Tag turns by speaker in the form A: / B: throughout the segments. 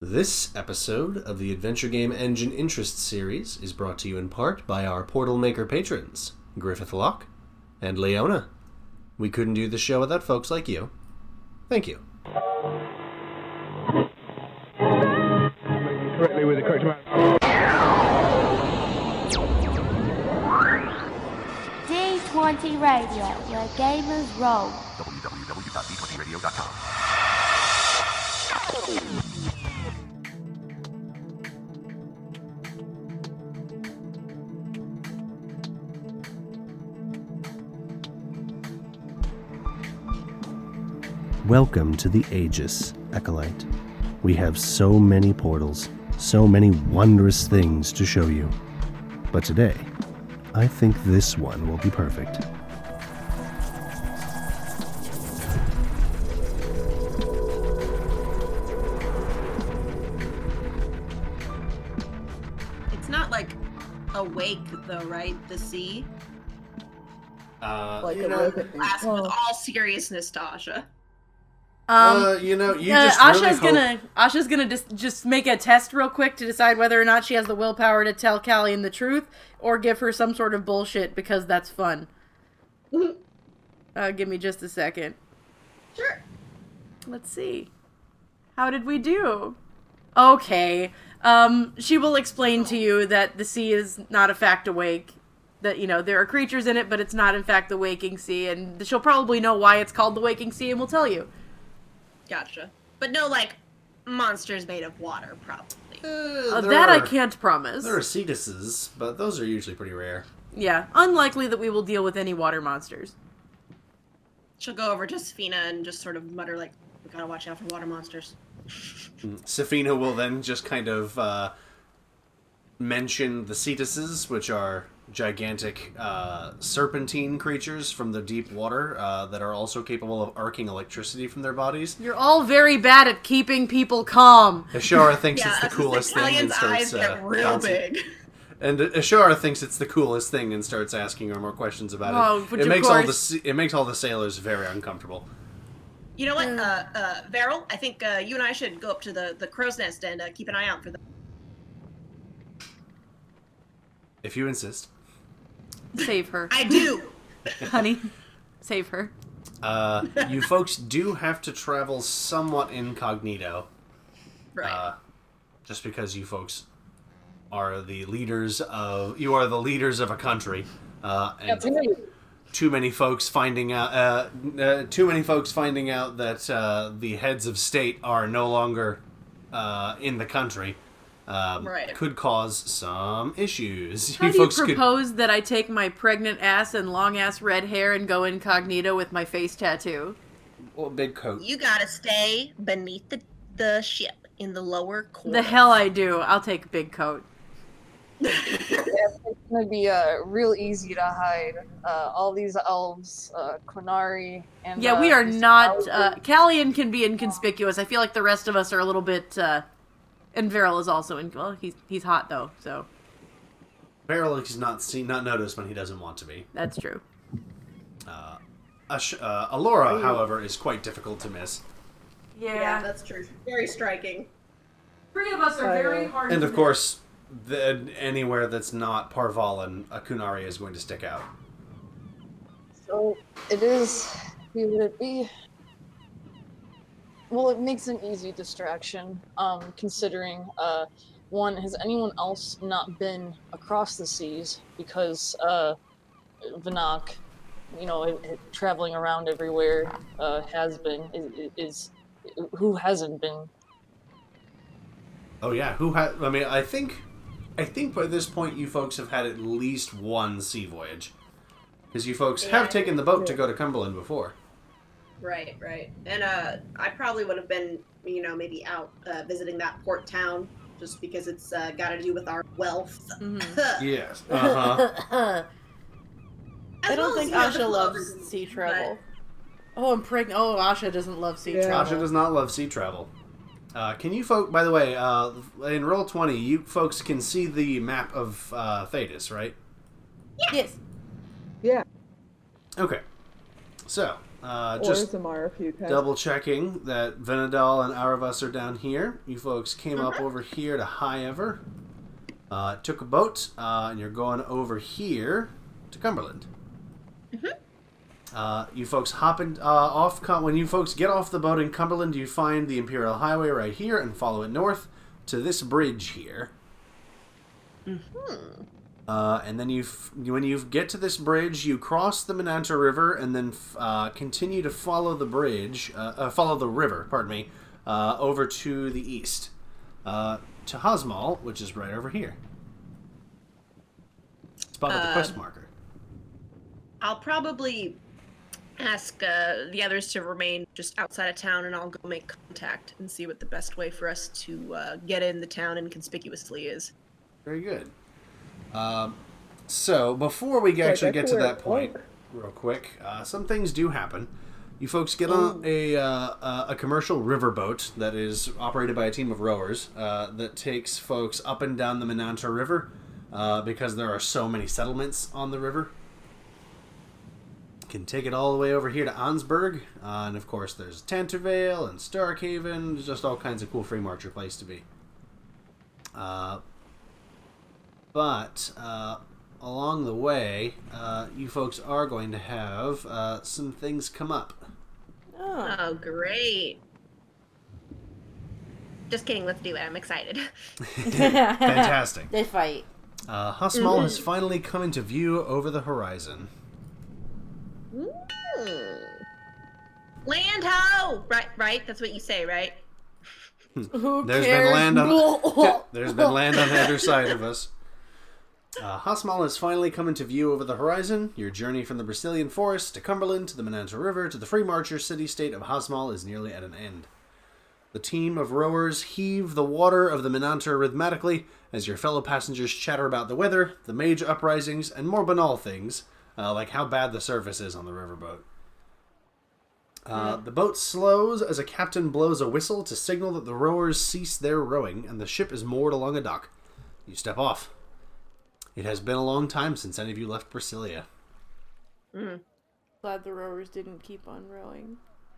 A: This episode of the Adventure Game Engine Interest series is brought to you in part by our Portal Maker patrons, Griffith Locke and Leona. We couldn't do the show without folks like you. Thank you.
B: correctly with the correct amount.
C: D20 Radio, where gamers roll.
A: Welcome to the Aegis, Acolyte. We have so many portals, so many wondrous things to show you. But today, I think this one will be perfect.
D: It's not like awake though, right? The sea.
A: Uh,
E: Like
A: you
E: a
A: know,
E: ribbon.
D: Ask with
E: Well,
D: all seriousness to Asha.
E: um,
A: uh, you know, you
E: uh,
A: just
E: Asha's
A: really hope-
E: gonna Asha's gonna just just make a test real quick to decide whether or not she has the willpower to tell Callie the truth or give her some sort of bullshit because that's fun. uh, give me just a second.
D: Sure.
E: Let's see. How did we do? Okay. Um, she will explain to you that the sea is not a fact awake. That you know there are creatures in it, but it's not in fact the waking sea, and she'll probably know why it's called the waking sea, and will tell you.
D: Gotcha. But no, like monsters made of water, probably.
A: Uh,
E: Uh,
A: there
E: that I
A: are-
E: can't promise.
A: There are cetuses, but those are usually pretty rare.
E: Yeah, unlikely that we will deal with any water monsters.
D: She'll go over to Safina and just sort of mutter like, "We gotta watch out for water monsters."
A: Safina will then just kind of uh, mention the cetuses, which are gigantic uh, serpentine creatures from the deep water uh, that are also capable of arcing electricity from their bodies.
E: You're all very bad at keeping people calm.
A: Ashara thinks it's the
D: that's just
A: coolest thing and
D: Italian's
A: starts
D: eyes
A: uh,
D: get real
A: bouncing-
D: big.
A: And Ashara thinks it's the coolest thing and starts asking her more questions about
E: Oh,
A: it.
E: which
A: It
E: of
A: makes all the
E: course-
A: se- it makes all the sailors very uncomfortable.
D: You know what, uh, uh, Beryl? I think uh, you and I should go up to the the crow's nest and uh, keep an eye out for them.
A: If you insist.
E: Save her,
D: I do.
E: honey. Save her.
A: Uh, you folks do have to travel somewhat incognito,
D: right.
A: uh, just because you folks are the leaders of you are the leaders of a country, uh, and too many folks finding out uh, uh, too many folks finding out that uh, the heads of state are no longer uh, in the country. Um,
D: Right.
A: Could cause some issues.
E: How do you propose that I take my pregnant ass and long ass red hair and go incognito with my face tattoo?
A: could well, big coat.
D: you gotta stay beneath the the ship in the lower core.
E: The hell I do. I'll take big coat.
F: It's gonna be uh, real easy to hide. Uh, all these elves, uh, Quinari, and
E: Yeah,
F: uh,
E: we are
F: these
E: not.
F: elves-
E: Uh, Callian can be inconspicuous. I feel like the rest of us are a little bit. Uh, and Viral is also in. Well, he's he's hot though, so
A: Barrel is not seen, not noticed when he doesn't want to be.
E: that's true.
A: Uh, Ash- uh, Alora, however, is quite difficult to miss.
D: that's true. Very striking.
E: three of us are very hard.
A: And of course, the, anywhere that's not Parvalin, a Kunari is going to stick out.
F: So it is. Who would it be? Well, it makes an easy distraction, um, considering uh, one has anyone else not been across the seas because uh, Vanak, you know, it, it- traveling around everywhere uh, has been is, is who hasn't been
A: Oh yeah, who had? I mean, I think, I think by this point you folks have had at least one sea voyage, because you folks have taken the boat to go to Cumberland before.
D: Right, right. And uh, I probably would have been, you know, maybe out uh, visiting that port town just because it's uh, got to do with our wealth.
E: Mm. Mm-hmm.
A: Yes. Uh huh.
E: I don't think Asha loves sea travel. Oh, I'm pregnant. Oh, Asha doesn't love sea
A: Asha
E: travel.
A: does not love sea travel. Uh, can you folk? By the way, uh, in roll twenty, you folks can see the map of uh, Thetis, right?
E: Yes.
A: Okay. So, Uh,
B: or
A: just
B: Zamar if you can.
A: double checking that Venadal and Aravus are down here. You folks came up over here to High Ever, uh, took a boat, uh, and you're going over here to Cumberland. Uh, you folks hopping uh, off Cum- when you folks get off the boat in Cumberland, you find the Imperial Highway right here and follow it north to this bridge here. Uh, and then you, f- when you get to this bridge, you cross the Menanta River and then f- uh, continue to follow the bridge, uh, uh, follow the river, pardon me, uh, over to the east uh, to Hosmal, which is right over here. Spotted the
D: Uh,
A: quest marker.
D: I'll probably ask uh, the others to remain just outside of town, and I'll go make contact and see what the best way for us to uh, get in the town inconspicuously is.
A: Very good. Um, so before we actually
B: that's
A: get to
B: where
A: that
B: it
A: point,
B: worked.
A: real quick, uh, some things do happen. You folks get on a, uh, uh, a commercial riverboat that is operated by a team of rowers uh, that takes folks up and down the Menanta River uh, because there are so many settlements on the river. Can take it all the way over here to Ansburg, uh, and of course there's Tantervale and Starkhaven, just all kinds of cool free marcher place to be. Uh, but uh, along the way, uh, you folks are going to have uh, some things come up.
E: Oh.
D: Oh, great. Just kidding, let's do it. I'm excited.
A: Fantastic.
G: They fight.
A: Uh, Husmal has finally come into view over the horizon.
D: Land ho! Right, right? That's what you say, right?
E: Who
A: There's
E: cares?
A: been land on There's been land on the other side of us. Uh, Hosmal has finally come into view over the horizon. Your journey from the Brazilian forest to Cumberland to the Menanto River to the Free Marcher city state of Hosmal is nearly at an end. The team of rowers heave the water of the Menanto rhythmically as your fellow passengers chatter about the weather, the mage uprisings, and more banal things, uh, like how bad the surface is on the riverboat. Uh, the boat slows as a captain blows a whistle to signal that the rowers cease their rowing and the ship is moored along a dock. You step off. It has been a long time since any of you left Brasilia.
E: Glad the rowers didn't keep on rowing,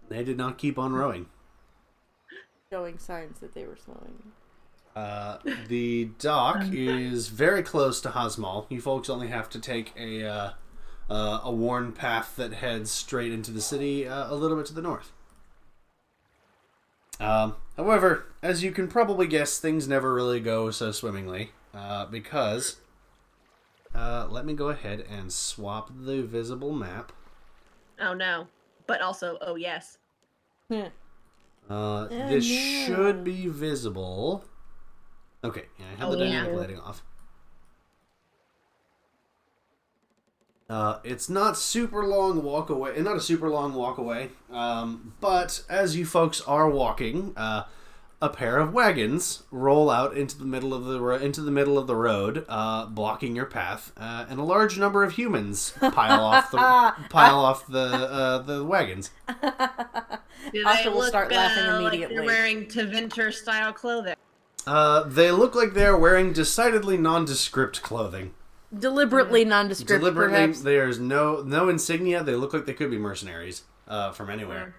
A: They did not keep on rowing.
E: showing signs that they were slowing.
A: Uh, the dock is very close to Hosmal. You folks only have to take a uh, uh, a worn path that heads straight into the city uh, a little bit to the north. Um, however, as you can probably guess, things never really go so swimmingly uh, because. Uh, let me go ahead and swap the visible map.
D: Oh, no. But also, oh, yes.
E: Heh.
D: Oh,
A: Uh, this should be visible. Okay, yeah, I have the
D: Oh, yeah.
A: dynamic lighting off. Uh, it's not super long walk away, eh, not a super long walk away. Um, but as you folks are walking, uh, a pair of wagons roll out into the middle of the ro- into the middle of the road, uh, blocking your path, uh, and a large number of humans pile off the pile off the uh, the wagons.
D: Do
E: Asta
D: they uh,
E: will start laughing immediately.
D: Like they're wearing Tevinter style clothing.
A: Uh, they look like they're wearing decidedly nondescript clothing.
E: Deliberately
D: Mm-hmm.
E: nondescript,
A: Deliberately,
E: perhaps.
A: there's no no insignia. They look like they could be mercenaries uh, from anywhere.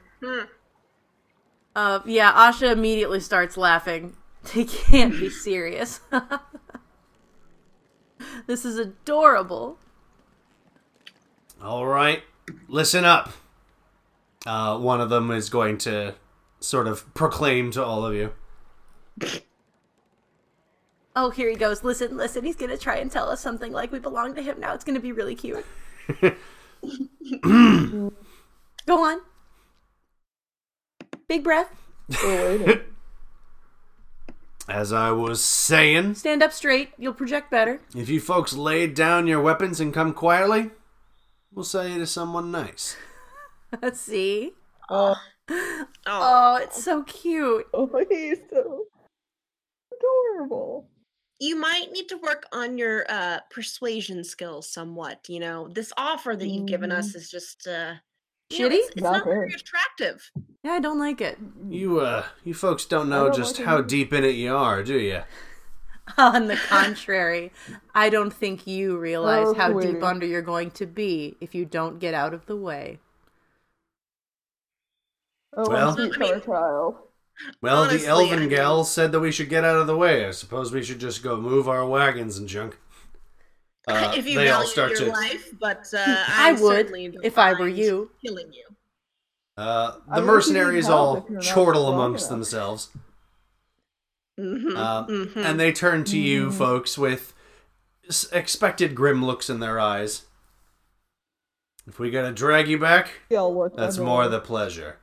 E: Uh, yeah, Asha immediately starts laughing. They can't be serious. this is adorable.
B: Hmm.
A: All right, listen up. Uh, one of them is going to sort of proclaim to all of you.
E: Oh, here he goes. Listen, listen. He's gonna try and tell us something like we belong to him now. It's gonna be really cute. Go on. Big breath.
B: We're waiting.
A: As I was saying,
E: Stand up straight. You'll project better.
A: if you folks lay down your weapons and come quietly, we'll say you to someone nice.
E: Let's see.
B: Oh,
D: Oh,
E: Oh, it's so cute.
B: oh, he's so adorable.
D: you might need to work on your uh, persuasion skills somewhat. You know, this offer that you've given us is just uh, you know,
E: Mm-hmm. Shitty?
D: It's, it's
B: Not
D: not very
B: good.
D: attractive.
E: Yeah, I don't like it.
A: You uh, you folks don't know
B: don't
A: just
B: like it
A: how
B: either.
A: deep in it you are, do you?
E: On the contrary, I don't think you realize
B: Oh,
E: how
B: wait.
E: deep under you're going to be if you don't get out of the way.
B: Oh,
A: Well-
B: well, I'm
D: I mean-
B: trial.
A: Well, the
D: Honestly,
A: elven
D: I mean-
A: gal said that we should get out of the way. I suppose we should just go move our wagons and junk. Uh,
D: if you
A: they
D: value
A: all start
D: your
A: to.
D: life, but uh,
E: I
D: I,
E: would
D: certainly don't
E: if I were
D: mind
E: you.
D: killing
A: Um,
D: you.
A: Uh,
B: I
A: the
B: would
A: mercenaries
B: need help
A: all
B: if you're not
A: chortle
B: strong
A: amongst
B: enough.
A: themselves,
D: Mm-hmm.
A: uh, and they turn to you folks with s- expected grim looks in their eyes. If we gotta drag you back,
B: We all look.
A: that's
B: I'm
A: more
B: all-
A: the pleasure.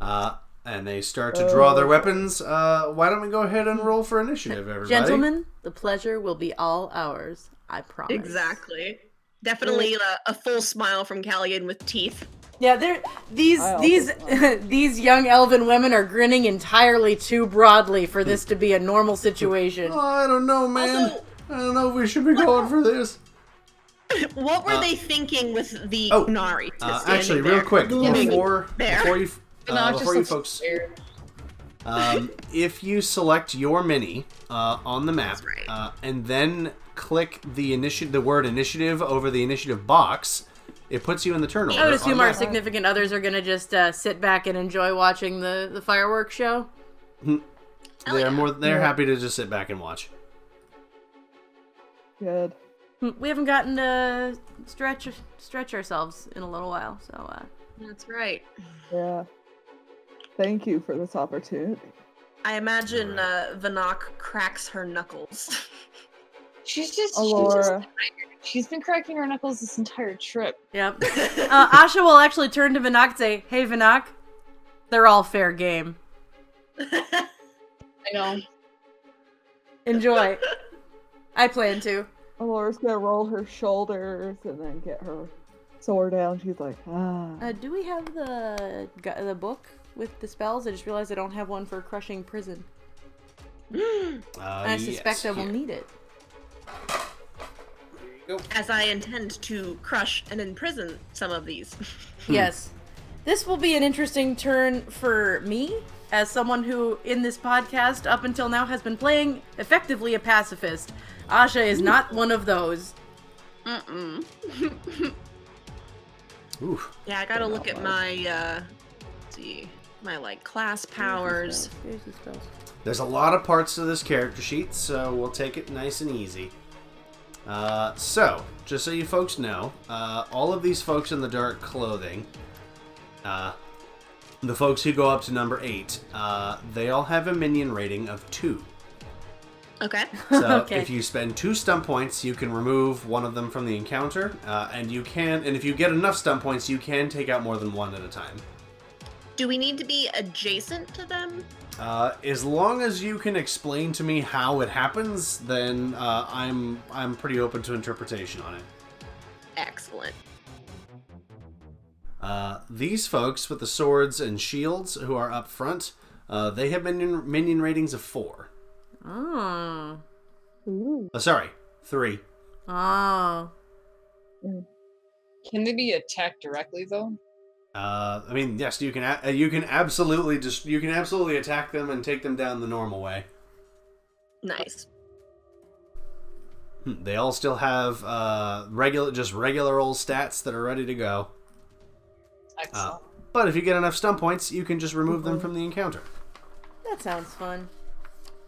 A: Uh, and they start to draw their
B: Oh.
A: weapons. Uh, why don't we go ahead and roll for initiative, everybody?
E: Gentlemen, the pleasure will be all ours. I promise.
D: Exactly. Definitely a, a full smile from Callian with teeth.
E: Yeah, they're these
B: I also
E: these these young elven women are grinning entirely too broadly for this to be a normal situation.
A: Oh, I don't know, man.
D: Also-
A: I don't know if we should be going for this.
D: What were
A: Uh,
D: they thinking with the
A: oh,
D: Nari? just
A: Uh,
D: standing
A: actually,
D: there?
A: real quick,
D: Looming
A: before,
D: there.
A: before you, uh,
F: Vinod
A: before
F: just
A: you
F: looks
A: folks,
F: scared.
A: um, if you select your mini uh, on the map
D: right.
A: uh, and then click the initi- the word initiative over the initiative box, it puts you in the turn order.
E: I would assume our
A: automatically.
E: significant others are gonna just uh, sit back and enjoy watching the the fireworks show.
A: They're more. They're happy to just sit back and watch.
B: Good.
E: Hmm, We haven't gotten to stretch stretch ourselves in a little while, so uh,
D: That's right.
B: Yeah. Thank you for this opportunity.
D: I imagine uh, Vanok cracks her knuckles.
F: She's just, she's, just-
B: Alora.
F: she's been cracking her knuckles this entire trip.
E: yep. uh, Asha will actually turn to Vinak and say, "Hey, Vinak, they're all fair game.
F: I know.
E: Enjoy. I plan to."
B: Alora's gonna roll her shoulders and then get her sword down. She's like, ah.
E: Uh, do we have the gu- the book with the spells? I just realized I don't have one for crushing prison.
A: Uh,
E: I suspect
A: yes,
E: I will
A: here.
E: need it.
D: as I intend to crush and imprison some of these.
A: Hmm.
E: Yes. This will be an interesting turn for me as someone who, in this podcast, up until now, has been playing effectively a pacifist. Asha is not one of those.
D: Mm-mm.
A: Ooh.
D: Yeah, I gotta look at my, uh, let's see, my like class powers.
E: There's the spells.
A: There's a lot of parts to this character sheet, so we'll take it nice and easy. Uh, so, just so you folks know, uh, all of these folks in the dark clothing, uh, the folks who go up to number eight, uh, they all have a minion rating of two.
D: Okay.
A: So
E: Okay.
A: if you spend two stun points, you can remove one of them from the encounter, uh, and you can, and if you get enough stun points, you can take out more than one at a time.
D: Do we need to be adjacent to them?
A: Uh, as long as you can explain to me how it happens, then uh, I'm I'm pretty open to interpretation on it.
D: Excellent.
A: Uh, these folks with the swords and shields who are up front, uh, they have minion, minion ratings of four.
E: Oh.
B: Ooh.
A: Uh, sorry, three.
E: Oh.
F: Can they be attacked directly though?
A: Uh, I mean, yes, you can a- uh, you can absolutely just you can absolutely attack them and take them down the normal way.
D: Nice.
A: Hmm, They all still have uh, regular just regular old stats that are ready to go.
F: Excellent.
A: But if you get enough stun points, you can just remove them from the encounter.
E: That sounds fun.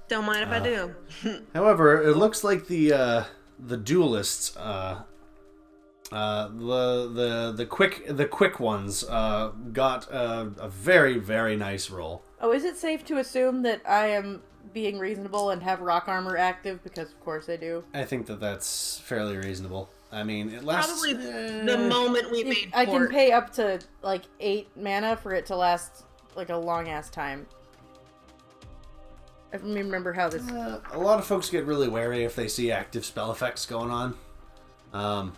D: Don't mind if I
A: Uh,
D: do.
A: However, it looks like the uh, the duelists, uh, uh, the the the quick the quick ones, uh, got a, a very very nice roll.
E: Oh, is it safe to assume that I am being reasonable and have rock armor active? Because, of course, I do.
A: I think that that's fairly reasonable. I mean, it lasts
D: Probably
A: the
D: The moment we made
E: uh, I can
D: port.
E: pay up to like eight mana for it to last like a long ass time. I don't remember how this.
A: Uh, a lot of folks get really wary if they see active spell effects going on. Um,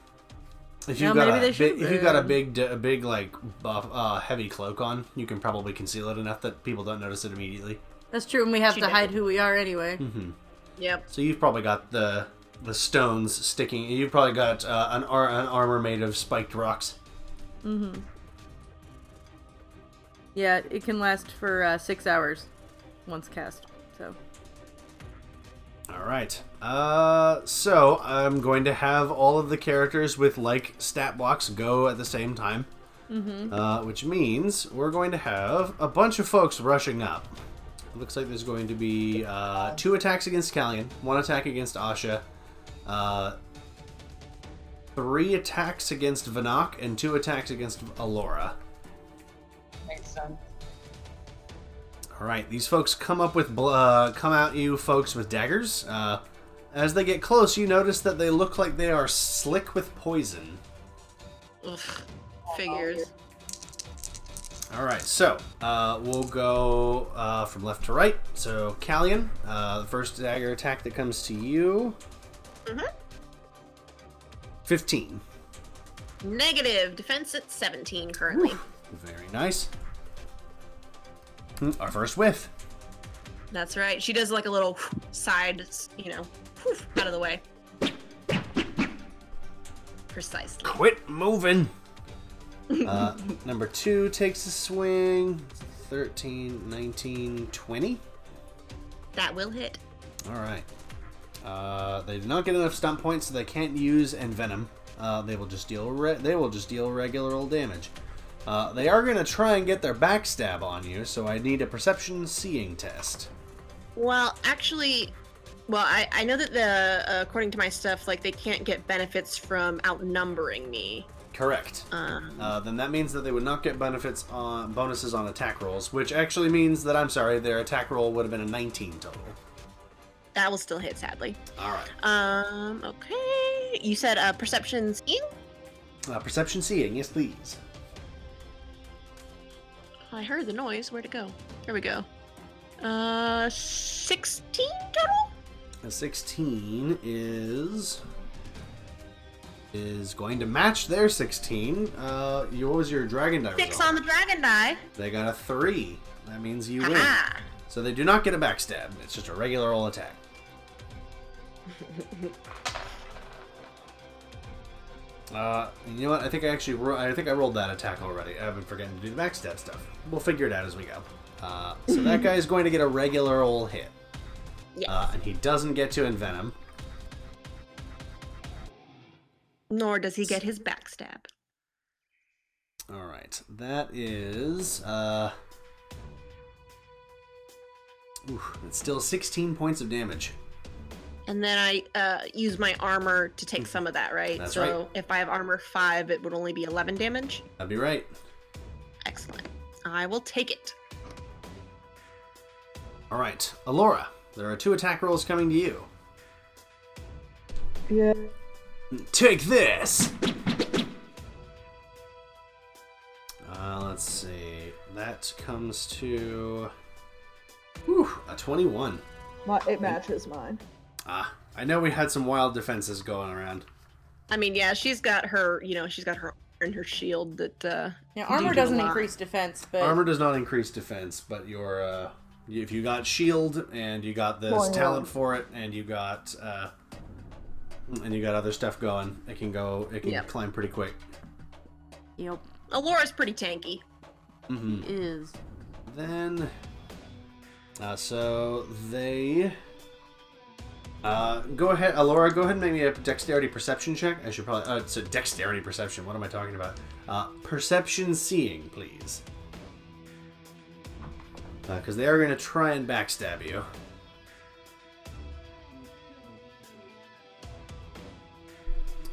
A: if
E: No,
A: you've got
E: maybe
A: a
E: they should
A: big, if you got a
E: then.
A: big d- a big like buff, uh, heavy cloak on, you can probably conceal it enough that people don't notice it immediately.
E: That's true, and we have
D: She
E: to
D: did.
E: hide who we are anyway.
A: hmm
D: Yep.
A: So you've probably got the the stones sticking. You've probably got uh, an, ar- an armor made of spiked rocks.
E: Mm-hmm. Yeah, it can last for uh, six hours once cast. So
A: All right. Uh, so I'm going to have all of the characters with like stat blocks go at the same time.
E: Mm-hmm.
A: uh, which means we're going to have a bunch of folks rushing up. It looks like there's going to be uh, two attacks against Callion, one attack against Asha, uh, three attacks against Vanok, and two attacks against Alora.
F: Makes sense.
A: All right, these folks come up with bl- uh, come at you folks with daggers. Uh, as they get close, you notice that they look like they are slick with poison.
D: Ugh, figures.
A: All right, so uh, we'll go uh, from left to right. So Callion, uh, the first dagger attack that comes to you.
D: Mhm.
A: Fifteen.
D: Negative. Defense at 17 currently.
A: Very nice. Hmm, Our first whiff.
D: That's right. She does like a little side, you know, out of the way. Precisely.
A: Quit moving. uh, number two takes a swing. 13, 19, 20.
D: That will hit.
A: All right. Uh, they did not get enough stunt points, so they can't use envenom. Uh, they will just deal. Re- they will just deal regular old damage. Uh, they are going to try and get their backstab on you, so I need a perception seeing test.
D: Well, actually, well, I, I know that the uh, according to my stuff, like they can't get benefits from outnumbering me.
A: Correct.
D: Um,
A: Uh, then that means that they would not get benefits on bonuses on attack rolls, which actually means that I'm sorry, their attack roll would have been a 19 total.
D: that will still hit, sadly.
A: All right.
D: Um, okay. You said uh, perception seeing.
A: Uh, perception seeing, yes, please.
D: I heard the noise. Where'd it go? There we go. Uh, sixteen total.
A: A 16 is is going to match their 16. Uh, you, what was your dragon die
D: Six
A: result?
D: on the dragon die.
A: They got a three. That means you win.
D: Aha.
A: So they do not get a backstab. It's just a regular old attack. Uh, you know what? I think I actually ro- I think I rolled that attack already. I've been forgetting to do the backstab stuff. We'll figure it out as we go. Uh, so that guy is going to get a regular old hit.
D: Yes.
A: Uh, and he doesn't get to envenom.
D: Nor does he get his backstab.
A: All right, that is uh, oof, it's still sixteen points of damage.
D: And then I uh, use my armor to take some of that, right?
A: That's
D: so if I have armor five, it would only be 11 damage.
A: That'd be right.
D: Excellent. I will take it.
A: All right, Alora, there are two attack rolls coming to you.
B: Yeah.
A: Take this. Uh, let's see. That comes to whew, a twenty-one.
B: My, it matches mine.
A: Ah, I know we had some wild defenses going around.
D: I mean, yeah, she's got her, you know, she's got her and her shield that. Uh,
E: Yeah,
D: do
E: armor
D: do a
E: doesn't
D: lot.
E: increase defense, but
A: Armor does not increase defense, but your uh, if you got shield and you got this
B: Well, yeah.
A: talent for it, and you got uh, and you got other stuff going, it can go. It can
D: Yep.
A: climb pretty quick.
E: Yep,
D: Alora's pretty tanky.
A: hmm
E: is
A: Then, uh, so they uh, go ahead, Alora. Go ahead and make me a dexterity perception check. I should probably. Uh, it's a dexterity perception. What am I talking about? Uh, perception seeing, please. Because they are going to try and backstab you.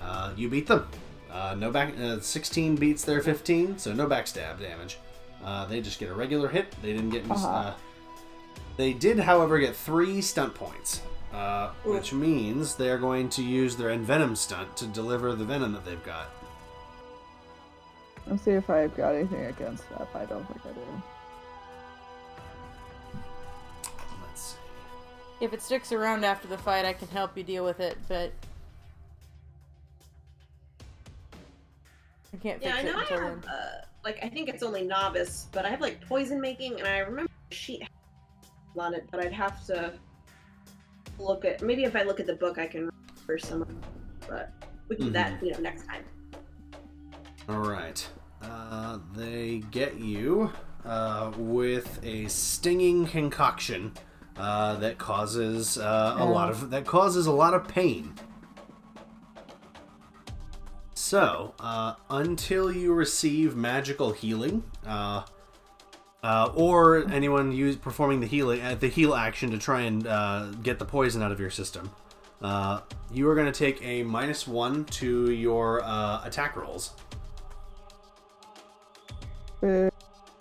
A: Uh, you beat them. Uh, no back. Uh, 16 beats their 15, so no backstab damage. Uh, they just get a regular hit. They didn't get. mis-
B: Uh-huh.
A: Uh, they did, however, get three stunt points, uh, which means they are going to use their envenom stunt to deliver the venom that they've got.
B: Let's see if I've got anything against that. I don't think I do.
A: Let's see.
E: if it sticks around after the fight, I can help you deal with it, but I can't fix
D: Yeah, I
E: it
D: know I
E: until
D: have,
E: then.
D: uh, like, I think it's only novice, but I have, like, poison making, and I remember she had on it, but I'd have to look at, maybe if I look at the book, I can remember some of it, but we can do that, you know, next time.
A: All right. Uh, they get you uh, with a stinging concoction uh, that causes uh, a lot of that causes a lot of pain. So, uh, until you receive magical healing, uh, uh, or anyone use, performing the healing uh, the heal action to try and uh, get the poison out of your system, uh, you are going to take a minus one to your uh, attack rolls.
B: Uh,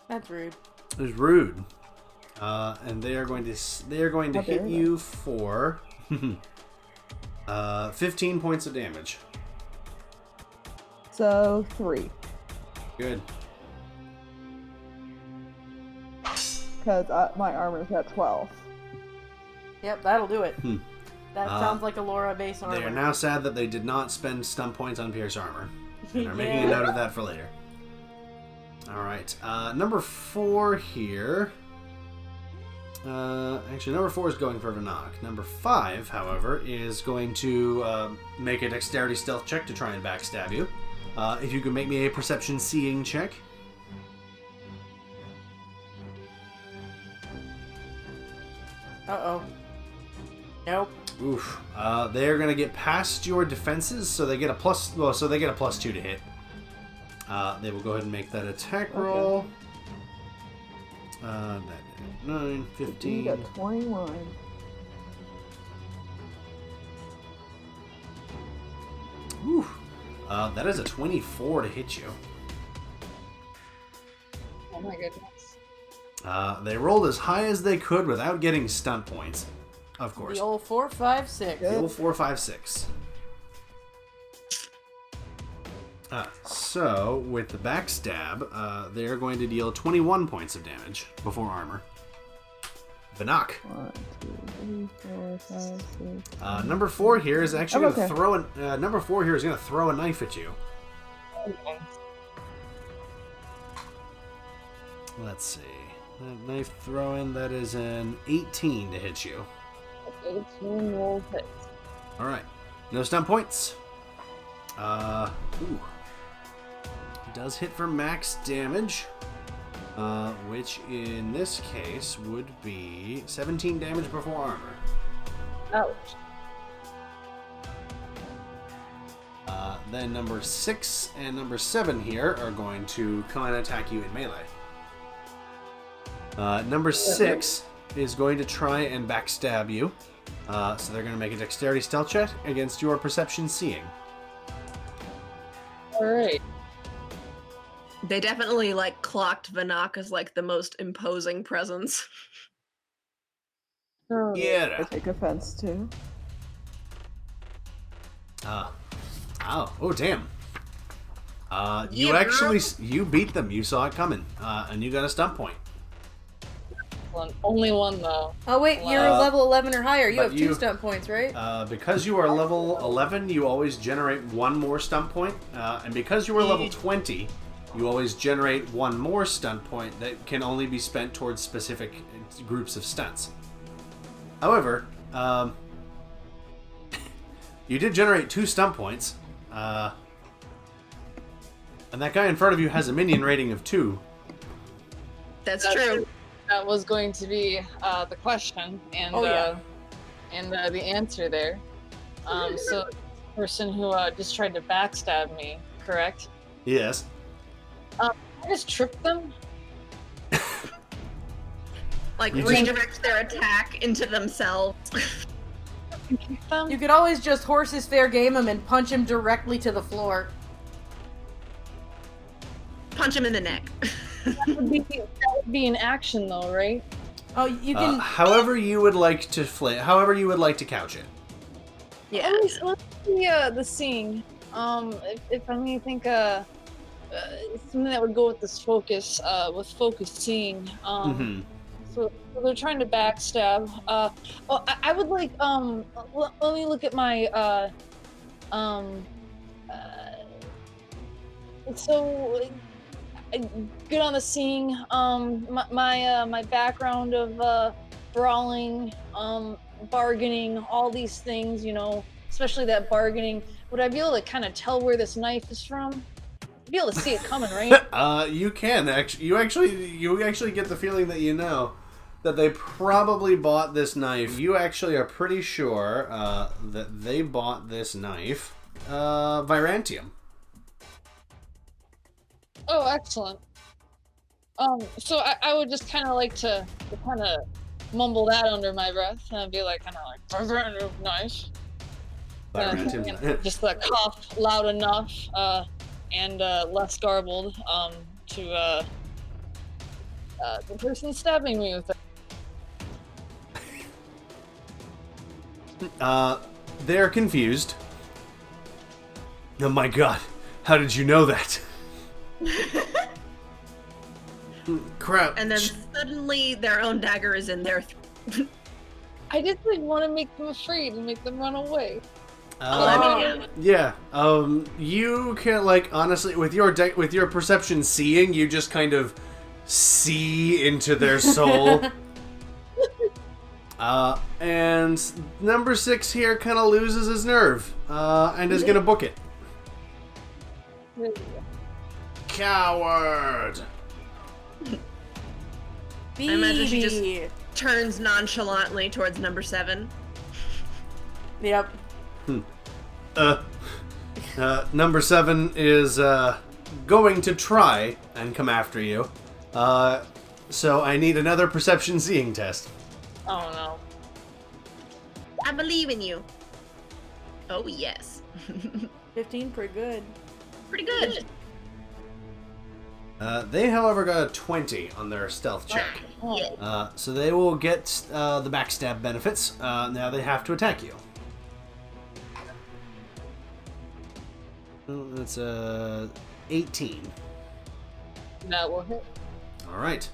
E: That's rude.
A: It's rude, uh, and they are going to s- they are going to
B: How
A: hit
B: dare
A: you for uh, fifteen points of damage.
B: so three,
A: Good.
B: because my armor's at twelve.
E: Yep, that'll do it. That
A: Uh,
E: sounds like a Laura base armor.
A: They are now sad that they did not spend stunt points on Pierce armor. And are making a
E: Yeah.
A: note of that for later. All right, uh, number four here. Uh, actually, number four is going for Vanak. Number five, however, is going to uh, make a dexterity stealth check to try and backstab you. Uh, if you can make me a perception seeing check.
E: Uh oh. Nope.
A: Oof. Uh, they are going to get past your defenses, so they get a plus. Well, so they get a plus two to hit. Uh, they will go ahead and make that attack roll. Uh, that, 9,
B: You
A: 15.
B: got twenty-one.
A: Oof. Uh, that is a 24 to hit you.
F: Oh my goodness.
A: Uh, they rolled as high as they could without getting stunt points. Of course.
E: The old four, five, six.
A: The old 456. Uh, so, with the backstab, uh, they're going to deal 21 points of damage before armor. Vanak.
B: One, two, three, four, five, six.
A: Uh, number four here is actually
B: I'm
A: going to
B: okay.
A: throw. An, uh, number four here is going to throw a knife at you. Let's see. That knife throwing. That is an 18 to hit you.
F: 18 roll hit.
A: All right. No stun points. Uh, ooh. Does hit for max damage, uh, which in this case would be 17 damage before armor.
F: Ouch.
A: Uh, then number six and number seven here are going to come and attack you in melee. Uh, number six is going to try and backstab you. Uh, so they're going to make a dexterity stealth check against your perception seeing.
F: Alright.
D: They definitely like clocked Vanak as like the most imposing presence.
F: Oh,
B: I
A: Yeah.
B: take offense to.
A: Uh, oh, oh, damn. Uh, you
D: Yeah,
A: actually
D: girl.
A: s- you beat them. You saw it coming, uh, and you got a stunt point.
F: one- Only one though.
E: Oh wait, you're
A: Uh,
E: level eleven or higher. You
A: but
E: have two
A: you-
E: stunt points, right?
A: Uh, because you are level 11, you always generate one more stunt point, uh, and because you are level
E: Mm.
A: 20, you always generate one more stunt point that can only be spent towards specific groups of stunts. However, um, you did generate two stunt points, uh, and that guy in front of you has a minion rating of two.
D: That's,
F: That's
D: true.
F: true. That was going to be uh, the question and
E: Oh, yeah.
F: uh, and uh, the answer there. Um, so, the person who uh, just tried to backstab me, correct?
A: Yes.
F: I just tripped them.
D: Like
A: You just-
D: redirect their attack into themselves.
F: Tripped them.
E: You could always just horses fair game him and punch him directly to the floor.
D: Punch him in the neck.
F: would be, that would be an action though, right?
E: Oh, you
A: Uh,
E: can.
A: however you would like to flit, however you would like to couch it.
D: yeah.
F: Let's, let's see uh, the scene. Um, if, if I may think uh, uh, something that would go with this focus, uh, with focus seeing. Um,
A: hmm
F: so, so they're trying to backstab. Uh, well, I, I would like um, l- let me look at my uh, um, uh, so uh, good on the scene. Um, my my, uh, my background of uh, brawling, um, bargaining, all these things, you know, especially that bargaining. Would I be able to kind of tell where this knife is from? Be able to see it coming, right?
A: Uh, you can actually. You actually. You actually get the feeling that you know that they probably bought this knife. You actually are pretty sure uh, that they bought this knife, uh, Virantium.
F: Oh, excellent. Um, so I, I would just kind of like to, to kind of mumble that under my breath and I'd be like, kind of like, nice.
A: I ran
F: Uh,
A: into
F: and just uh, cough loud enough uh, and uh, less garbled um, to uh, uh, the person stabbing me with it.
A: Uh, they're confused. Oh my god, how did you know that? Crap.
D: And then
A: Sh-
D: suddenly their own dagger is in their th-
F: I just like want to make them afraid and make them run away.
A: uh,
D: Oh.
A: yeah. Um, you can like honestly with your de- with your perception seeing, you just kind of see into their soul. uh, and number six here kind of loses his nerve uh, and is gonna book it. Coward.
E: Baby.
D: imagine she just- turns nonchalantly towards number seven.
E: Yep.
A: Uh, uh, number seven is uh, going to try and come after you. Uh, so I need another perception seeing test.
F: Oh no.
D: I believe in you. Oh yes,
E: 15, pretty good.
D: pretty good.
A: Uh, they, however, got a 20 on their stealth check.
F: Oh,
A: Uh, so they will get uh, the backstab benefits. Uh, now they have to attack you. Mm, That's uh, 18.
F: That will hit.
A: All right.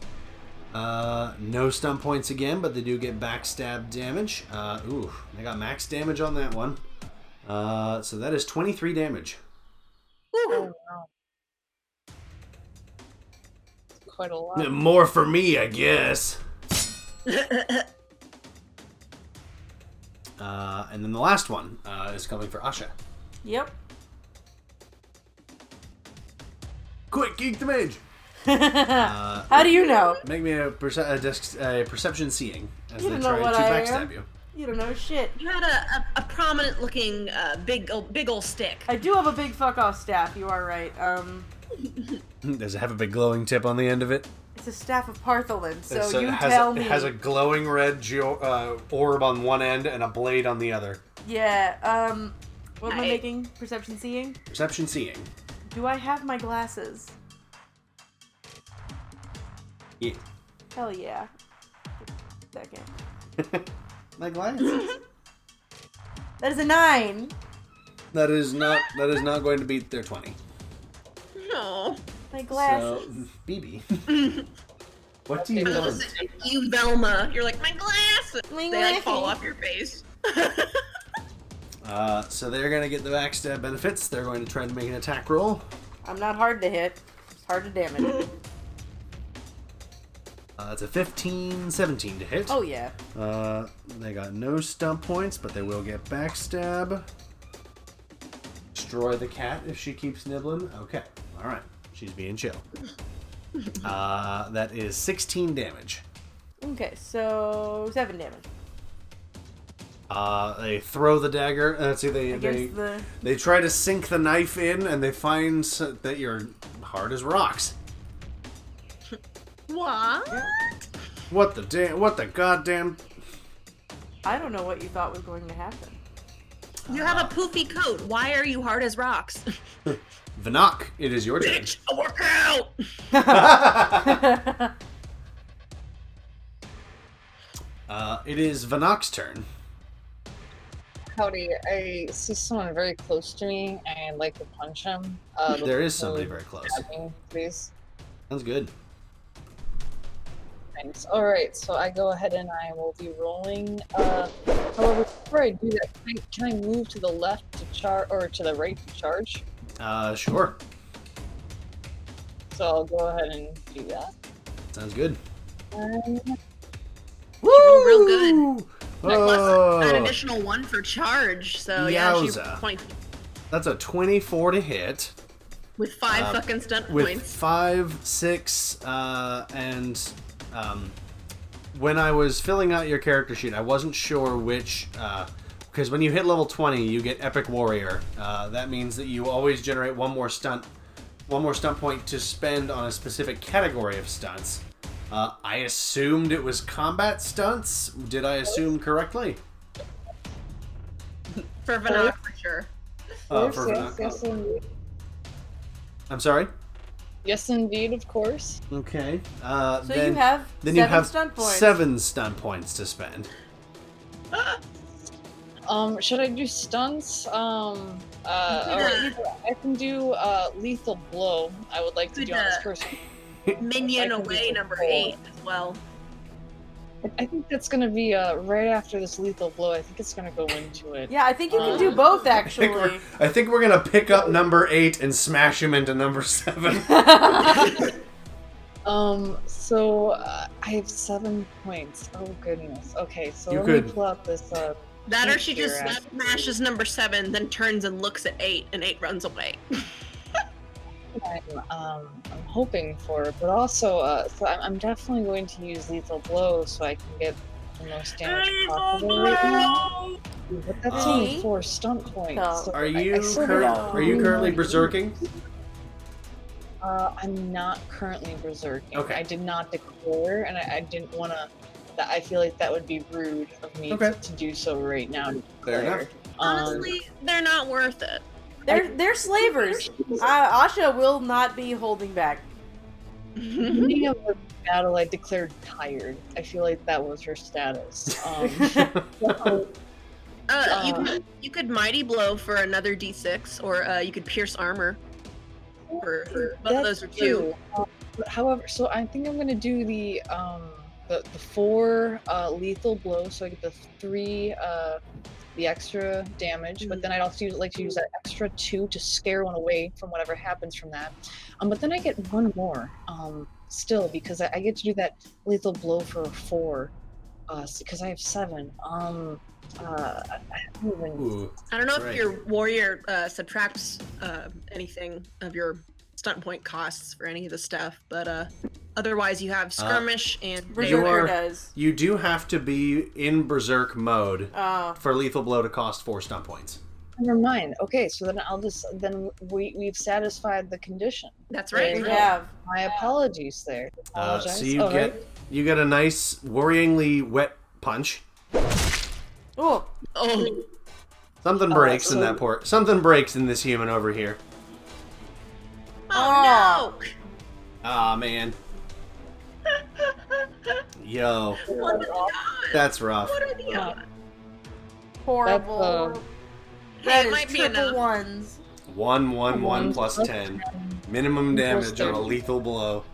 A: Uh, no stun points again, but they do get backstab damage. Uh, ooh, they got max damage on that one. Uh, so that is 23 damage.
F: Quite a lot.
A: More for me, I guess. uh, and then the last one uh, is coming for Asha.
E: Yep.
A: Quick, geek the mage. Uh,
E: How do you know?
A: make me a, perce- a, dex- a perception seeing as
E: You
A: they
E: don't know
A: try to
E: what I
A: backstab
E: am.
A: you.
E: You don't know shit.
D: You had a, a, a prominent looking uh, big ol- big old stick.
E: I do have a big fuck off staff. You are right. Um,
A: Does it have a big glowing tip on the end of it?
E: it's a staff of Partholin. So
A: It's- it
E: you
A: has
E: tell
A: a,
E: me.
A: It has a glowing red geo- uh, orb on one end and a blade on the other.
E: Yeah. Um, what am I
D: I-
E: making? Perception seeing.
A: Perception seeing.
E: Do I have my glasses?
A: Yeah.
E: Hell yeah. Second.
A: Like lions.
E: That is a nine.
A: that is not. That is not going to beat their twenty.
D: No,
E: My glasses.
A: So, BB. what do you
D: I was
A: want?
D: gonna say, you Velma. You're like my glasses.
E: My
D: They like fall
E: glasses.
D: off your face.
A: Uh, so they're going to get the backstab benefits. They're going to try to make an attack roll.
E: I'm not hard to hit. It's hard to damage.
A: Uh, it's a 15, 17 to hit.
E: oh yeah.
A: Uh, they got no stump points, but they will get backstab. Destroy the cat if she keeps nibbling. Okay, all right. She's being chill. Uh, that is 16 damage.
E: Okay, so seven damage
A: Uh, they throw the dagger. Uh, let's see, they they,
E: against the.
A: they try to sink the knife in, and they find s- that you're hard as rocks.
D: What?
A: What the damn? What the goddamn?
E: I don't know what you thought was going to happen.
D: You have a poofy coat. Why are you hard as rocks?
A: Vinok, it is your turn.
D: Bitch, I work out.
A: Uh, it is Vinok's turn.
F: Howdy, I see someone very close to me and I'd like to punch him. Uh,
A: There is
F: before
A: somebody very close.
F: stabbing me, please.
A: Sounds good.
F: Thanks. All right, so I go ahead and I will be rolling. Uh, however, before I do that, can I, can I move to the left to charge or to the right to charge?
A: Uh, sure.
F: So I'll go ahead and do that.
A: Sounds good.
F: Um,
A: Woo!
D: real good.
A: Uh,
D: Plus an
A: Oh,
D: additional one for charge. So yeah, she's
A: Yowza.
D: point
A: that's a 24 to hit
D: with five
F: Uh,
A: Um,
D: fucking stunt
A: with
D: points.
A: five, six, uh, and um, when I was filling out your character sheet, I wasn't sure which. Uh, because when you hit level 20, you get Epic Warrior. Uh, that means that you always generate one more stunt one more stunt point to spend on a specific category of stunts. Uh, I assumed it was combat stunts. Did I assume correctly?
D: For Vanak, for sure.
A: Uh,
F: Of
A: for
F: course, yes,
A: Vanak.
F: yes, indeed.
A: I'm sorry.
F: Yes, indeed, of course.
A: Okay. Uh,
E: So
A: then
E: you have
A: then
E: seven
A: you have
E: stunt points.
A: seven stunt points to spend.
F: Um, should I do stunts? Um, uh, all right, I can do uh, lethal blow. I would like to
D: Good,
F: do on this
D: uh,
F: person.
D: Minion
F: I can do
D: away
F: for
D: number
F: four.
D: eight as well.
F: I- I think that's gonna be uh, right after this lethal blow. I think it's gonna go into it.
E: Yeah, I think you can do both
A: Uh, I think, we're,
E: actually.
A: I think we're gonna pick up number eight and smash him into number seven.
F: Um. So uh, I have seven points. Oh goodness. Okay. So
A: You
F: let
A: could-
F: me pull out this. Uh,
D: That or
F: Keep
D: she
F: your
D: just
F: ass
D: smashes number seven, then turns and looks at eight, and eight runs away.
F: I'm, um, I'm hoping for, but also, uh, so I'm, I'm definitely going to use lethal blow so I can get the most damage possible right now. But that's only
E: See?
F: four stunt points.
E: No.
F: so
A: Oh. Are
F: I- I
A: you
F: still
A: cur-
F: don't
E: know.
A: are you currently
F: really-
A: berserking?
F: Uh, I'm not currently berserking.
A: Okay.
F: I did not declare, and I, I didn't want to. That I feel like that would be rude of me
A: Okay.
F: to, to do so right now. To
A: Fair
F: declare.
A: enough.
F: Um,
D: Honestly, they're not worth it.
E: they're they're slavers. Uh, Asha will not be holding back.
F: Beginning of the battle, I declared tired. I feel like that was her status. Um,
D: Uh, you
F: Uh.
D: could you could mighty blow for another d6, or uh, you could pierce armor. For, for both of
F: Mm, that's
D: those are two.
F: true. Um, but however, so I think I'm gonna do the um the, the four uh, lethal blows, so I get the three uh the extra damage.
D: Mm.
F: But then I'd also use, like to use that extra two to scare one away from whatever happens from that. Um, but then I get one more um still because I, I get to do that lethal blow for four. Uh, because I have seven. Um, uh, I I don't even.
A: Ooh.
D: I don't know if
A: Right.
D: your warrior uh, subtracts uh, anything of your stunt point costs for any of the stuff, but uh, otherwise you have skirmish and
E: Berserker
A: are-
E: does.
A: You do have to be in berserk mode
E: Uh,
A: for lethal blow to cost four stunt points.
F: Never mind. Okay, so then I'll just then we we've satisfied the condition.
D: that's right.
F: There you
E: we
F: go.
E: have.
F: My apologies there.
A: Uh, so
F: Apologize. Oh,
A: you
F: All
A: get
F: right.
A: you get a nice worryingly wet punch.
E: Oh,
D: Oh,
A: Something breaks in
F: so-
A: that port. Something breaks in this human over here.
D: oh,
E: Oh.
A: Ah man. Yo,
D: no! What the odds?
A: that's rough.
D: What are the odds?
E: horrible.
F: uh,
E: that
D: it
E: is
D: might be
E: triple
D: enough.
E: ones.
A: One one one
F: One
A: plus
F: plus
A: ten. Minimum
F: Plus
A: damage on a
F: 10.
A: lethal blow.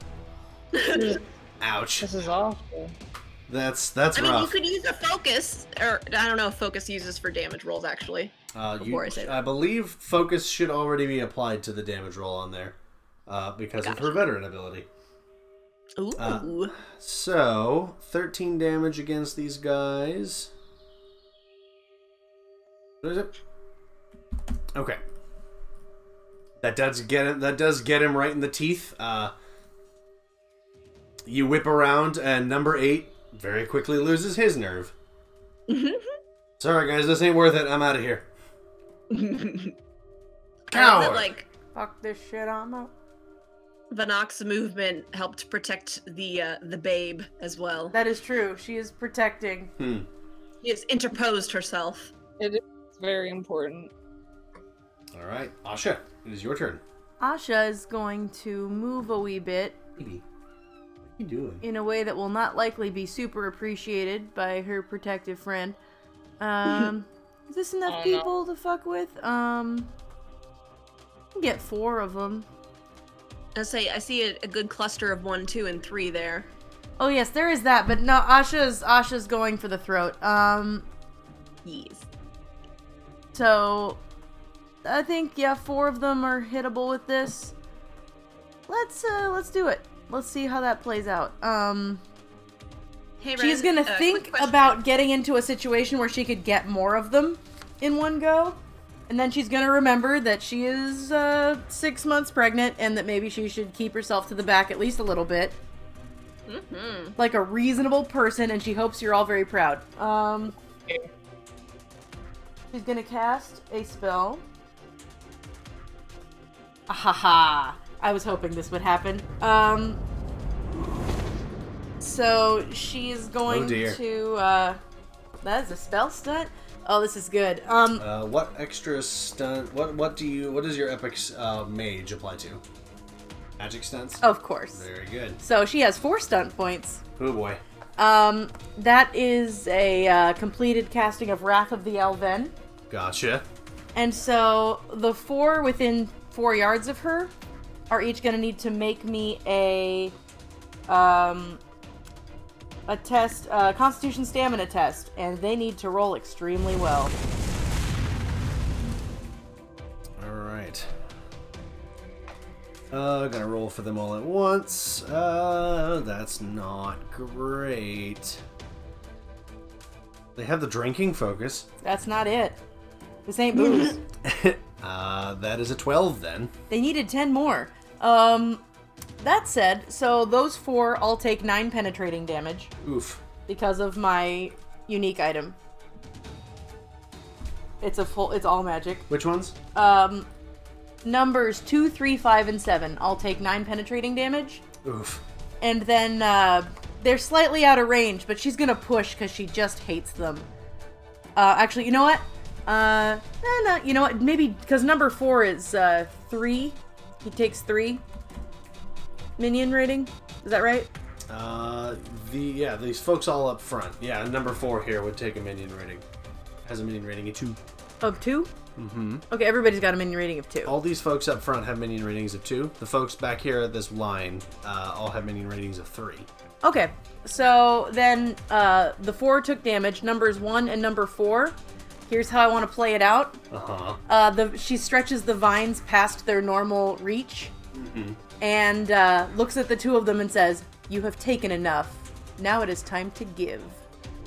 A: Ouch.
F: This is awful.
A: That's that's
D: I mean, you
A: rough.
D: could use a focus, or I don't know if focus uses for damage rolls actually.
A: Uh, you,
D: before I say that.
A: I believe focus should already be applied to the damage roll on there uh, because of her veteran ability. Uh,
D: Ooh.
A: So, 13 damage against these guys. What is it? Okay. That does get him that does get him right in the teeth. Uh you whip around and number 8 very quickly loses his nerve. Sorry guys, this ain't worth it. I'm out of here.
D: I love
A: Coward.
D: that, like
E: Fuck this shit. I'm out.
D: Vanak's movement helped protect the uh, the babe as well.
E: That is true. She is protecting.
A: Hmm.
D: She has interposed herself.
F: It is very important.
A: All right. Asha, it is your turn.
E: Asha is going to move a wee bit
A: Baby. What are you doing?
E: in a way that will not likely be super appreciated by her protective friend. Um, is this enough
F: Oh, no.
E: people to fuck with? Um, I can get four of them.
D: I say I see a, a good cluster of one, two, and three there.
E: Oh yes, there is that, but no, Asha's Asha's going for the throat. Um,
D: Yes.
E: so I think yeah, four of them are hittable with this. Let's uh, let's do it. Let's see how that plays out. Um,
D: Hey,
E: She's
D: Ren,
E: gonna
D: uh,
E: think
D: quick question.
E: about getting into a situation where she could get more of them in one go, and then she's gonna remember that she is uh, six months pregnant and that maybe she should keep herself to the back at least a little bit,
D: Mhm.
E: like a reasonable person. And she hopes you're all very proud. Um, she's gonna cast a spell. Ahaha! I was hoping this would happen. Um, so she's going
A: dear.
E: to. Uh, that is a spell stunt. Oh, this is good. Um,
A: Uh, what extra stunt? What what do you? What does your epic uh, mage apply to? Magic stunts.
E: of course.
A: Very good.
E: So she has four stunt points.
A: Oh boy.
E: Um, that is a uh, completed casting of Wrath of the Elven.
A: Gotcha.
E: And so the four within four yards of her are each going to need to make me a um, a test, uh, Constitution stamina test, and they need to roll extremely well.
A: All right. Uh, gonna roll for them all at once. Uh, that's not great. They have the drinking focus.
E: That's not it. This ain't booze.
A: uh, that is a twelve then.
E: they needed ten more. Um, that said, so those four all take nine penetrating damage
A: Oof.
E: because of my unique item. It's a full. It's all magic.
A: Which ones?
E: Um, numbers two, three, five, and seven all take nine penetrating damage,
A: Oof.
E: and then uh, they're slightly out of range, but she's gonna push because she just hates them. Uh, actually, you know what? Uh, eh, no, you know what? Maybe because number four is uh, three. He takes three minion rating. Is that right?
A: Uh, the yeah, these folks all up front. Yeah, number four here would take a minion rating. Has a minion rating of two.
E: Of 2 Mm-hmm. Okay, everybody's got a minion rating of two.
A: All these folks up front have minion ratings of two. The folks back here at this line uh, all have minion ratings of three.
E: Okay, so then uh, the four took damage. Numbers one and number four. Here's how I want to play it out.
A: Uh huh.
E: Uh, the she stretches the vines past their normal reach, and uh, looks at the two of them and says, "You have taken enough. Now it is time to give."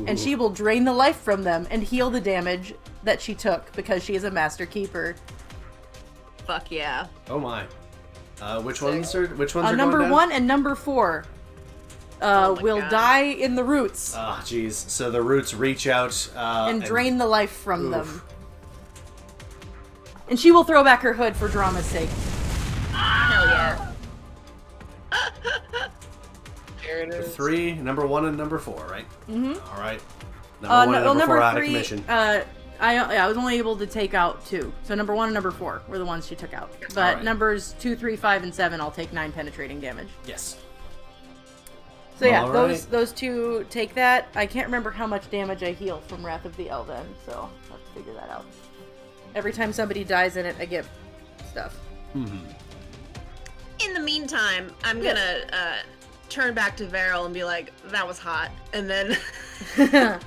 E: And she will drain the life from them and heal the damage that she took because she is a master keeper.
D: Fuck yeah.
A: Oh my. Uh, which ones are which ones
E: Uh,
A: are
E: number
A: going down?
E: one and number four uh,
D: Oh my
E: will
D: God.
E: die in the roots
A: Ah, jeez. So the roots reach out uh,
E: and drain the life from them.
A: Oof.
E: And she will throw back her hood for drama's sake.
D: Hell yeah.
F: There it is.
A: Three, number one, and number four, right? Mm-hmm. All right. Number
E: Uh,
A: one
E: no,
A: and
E: well,
A: number, four
E: number
A: out of
E: three.
A: commission.
E: Uh, I yeah, I was only able to take out two. So number one and number four were the ones she took out. But
A: Alright.
E: numbers two, three, five, and seven, I'll take nine penetrating damage.
A: yes.
E: So yeah,
A: Alright.
E: those those two take that. I can't remember how much damage I heal from Wrath of the Elden, so I'll have to figure that out. Every time somebody dies in it, I get stuff.
D: In the meantime, I'm gonna uh, turn back to Varel and be like, "That was hot," and then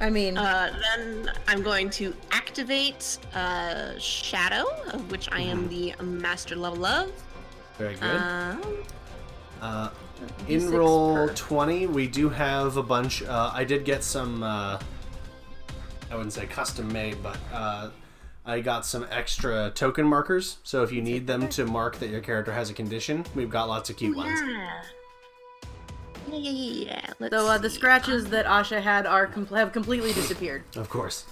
E: I mean,
D: uh, then I'm going to activate uh, Shadow, of which I am the master level of.
A: Very good.
D: Um,
A: Uh, in
E: Uh, six
A: roll
E: per.
A: 20, we do have a bunch. Uh, I did get some, uh, I wouldn't say custom made, but uh, I got some extra token markers. So if you need them to mark that your character has a condition, we've got lots of cute ones.
D: yeah. Yeah, yeah, yeah, yeah. Let's
E: so uh, the
D: see.
E: scratches that Asha had are com- have completely disappeared.
A: Of course.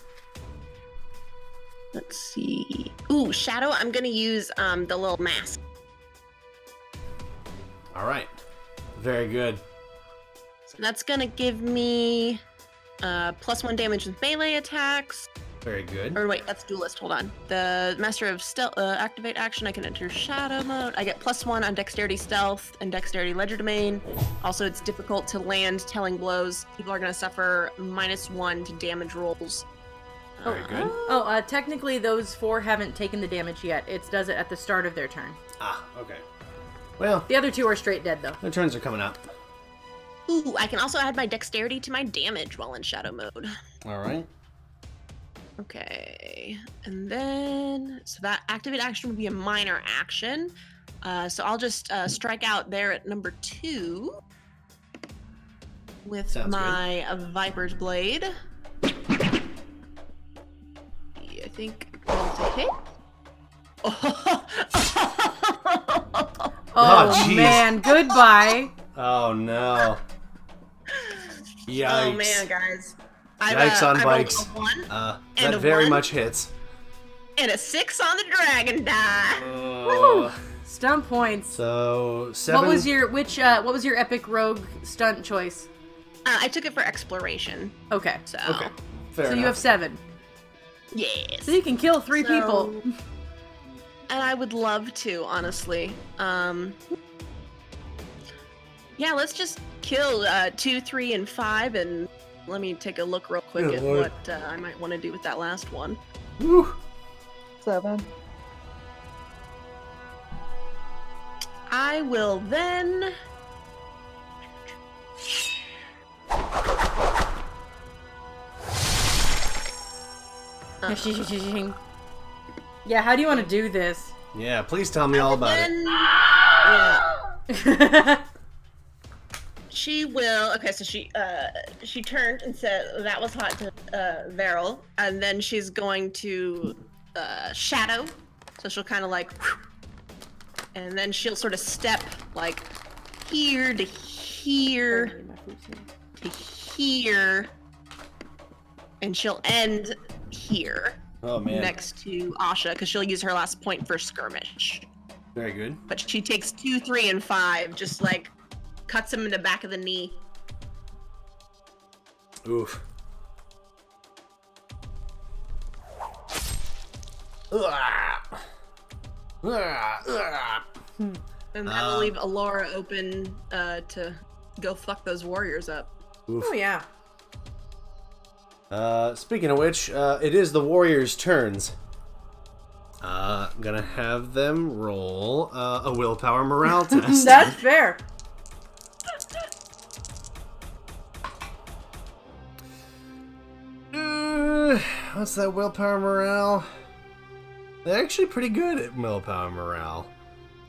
D: Let's see. Ooh, Shadow. I'm gonna use um, the little mask.
A: All right. Very good.
D: So that's gonna give me uh, plus one damage with melee attacks.
A: Very good.
E: Er,
D: Or wait, that's duelist. Hold on. The master of stealth uh, activate action. I can enter shadow mode. I get plus one on dexterity, stealth, and dexterity ledger domain. Also, it's difficult to land telling blows. People are going to suffer minus one to damage rolls.
A: Very good.
E: Oh, uh, technically those four haven't taken the damage yet. It does it at the start of their turn.
A: Ah, okay. Well,
E: The other two are straight dead though.
A: their turns are coming up.
D: Ooh, I can also add my dexterity to my damage while in shadow mode.
A: All right.
D: Okay, and then so that activate action would be a minor action. Uh, so I'll just uh, strike out there at number two with
A: Sounds good.
D: my uh, Viper's Blade. Yeah, I think that's a hit. Oh.
A: Oh,
E: Oh,
A: jeez.
E: man, goodbye.
A: Oh, no. Yikes.
D: oh man, guys!
A: Yikes on
D: I rolled a
A: bikes.
D: one
A: Uh, that
D: And a
A: very
D: one.
A: much hits.
D: and a six on the dragon die.
A: Uh,
E: Stunt points.
A: so seven.
E: What was your which? Uh, what was your epic rogue stunt choice?
D: Uh, I took it for exploration,
E: Okay,
D: so
A: Okay. Fair
E: Oh. so
A: enough.
E: you have seven.
D: yes.
E: So you can kill three
D: So-
E: people.
D: And I would love to, honestly. Um, yeah, let's just kill uh, two, three, and five, and let me take a look real quick
A: Good
D: at
A: lord.
D: what uh, I might want to do with that last one.
A: Whew.
B: Seven.
D: I will then.
E: yeah. How do you want to do this?
A: Yeah, please tell me all about it.
D: then yeah,
E: okay.
D: she will. Okay, so she uh, she turned and said that was hot to uh, Veryl, and then she's going to uh, shadow. So she'll kind of like, and then she'll sort of step like here to here. to here, and she'll end here
A: Oh man,
D: next to Asha because she'll use her last point for skirmish.
A: very good.
D: But she takes two, three, and five, just like cuts him in the back of the knee.
A: Oof. Ah. Ah. Ah.
D: And that'll
A: Um.
D: leave Alora open uh, to go fuck those warriors up.
A: Oof.
E: Oh yeah.
A: Uh, speaking of which, uh, it is the Warriors' turns. Uh, I'm gonna have them roll uh, a willpower morale test.
E: That's fair.
A: Uh, what's that willpower morale? They're actually pretty good at willpower morale.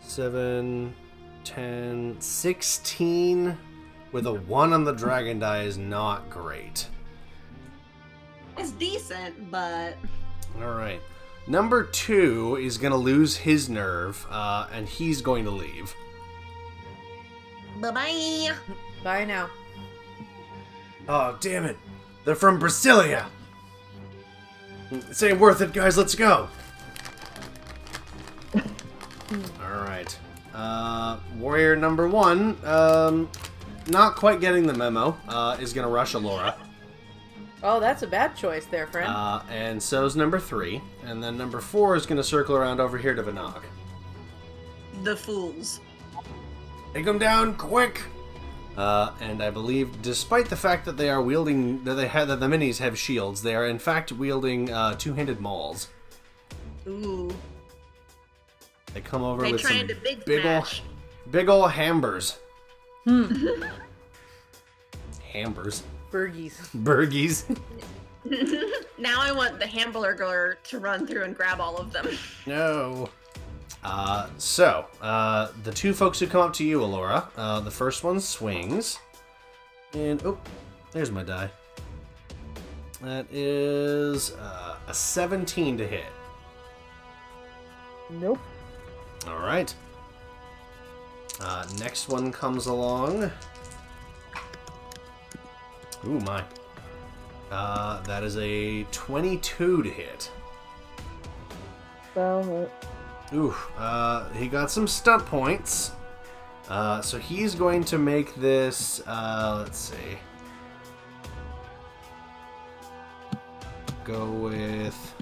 A: 7, 10, 16 with a 1 on the dragon die is not great.
D: It's decent, but
A: All right. Number 2 is going to lose his nerve uh, and he's going to leave.
D: bye bye.
E: Bye now.
A: Oh, damn it. They're from Brasilia. This ain't worth it, guys. Let's go. All right. Uh, warrior number one, um, not quite getting the memo, uh, is going to rush Alora.
E: Oh, that's a bad choice there, friend.
A: Uh, and so's number three. And then number four is going to circle around over here to Vinag.
D: The fools.
A: Take them down quick! Uh, and I believe, despite the fact that they are wielding, that they have, that the minis have shields, they are in fact wielding uh, two-handed mauls.
D: Ooh.
A: They come over
D: They
A: with some
D: trying to big,
A: big ol'
D: smash.
A: big ol' hambers. hambers,
E: Burgies.
A: burgies.
D: Now I want the hamburger to run through and grab all of them.
A: No. Uh, so uh, the two folks who come up to you, Alora. Uh, the first one swings, and oh, there's my die. That is uh, a 17 to hit.
B: Nope.
A: All right. Uh, next one comes along. Ooh my. Uh, that is a 22 to hit.
B: Found it.
A: Ooh, uh, he got some stunt points. Uh, so he's going to make this. Uh, let's see. Go with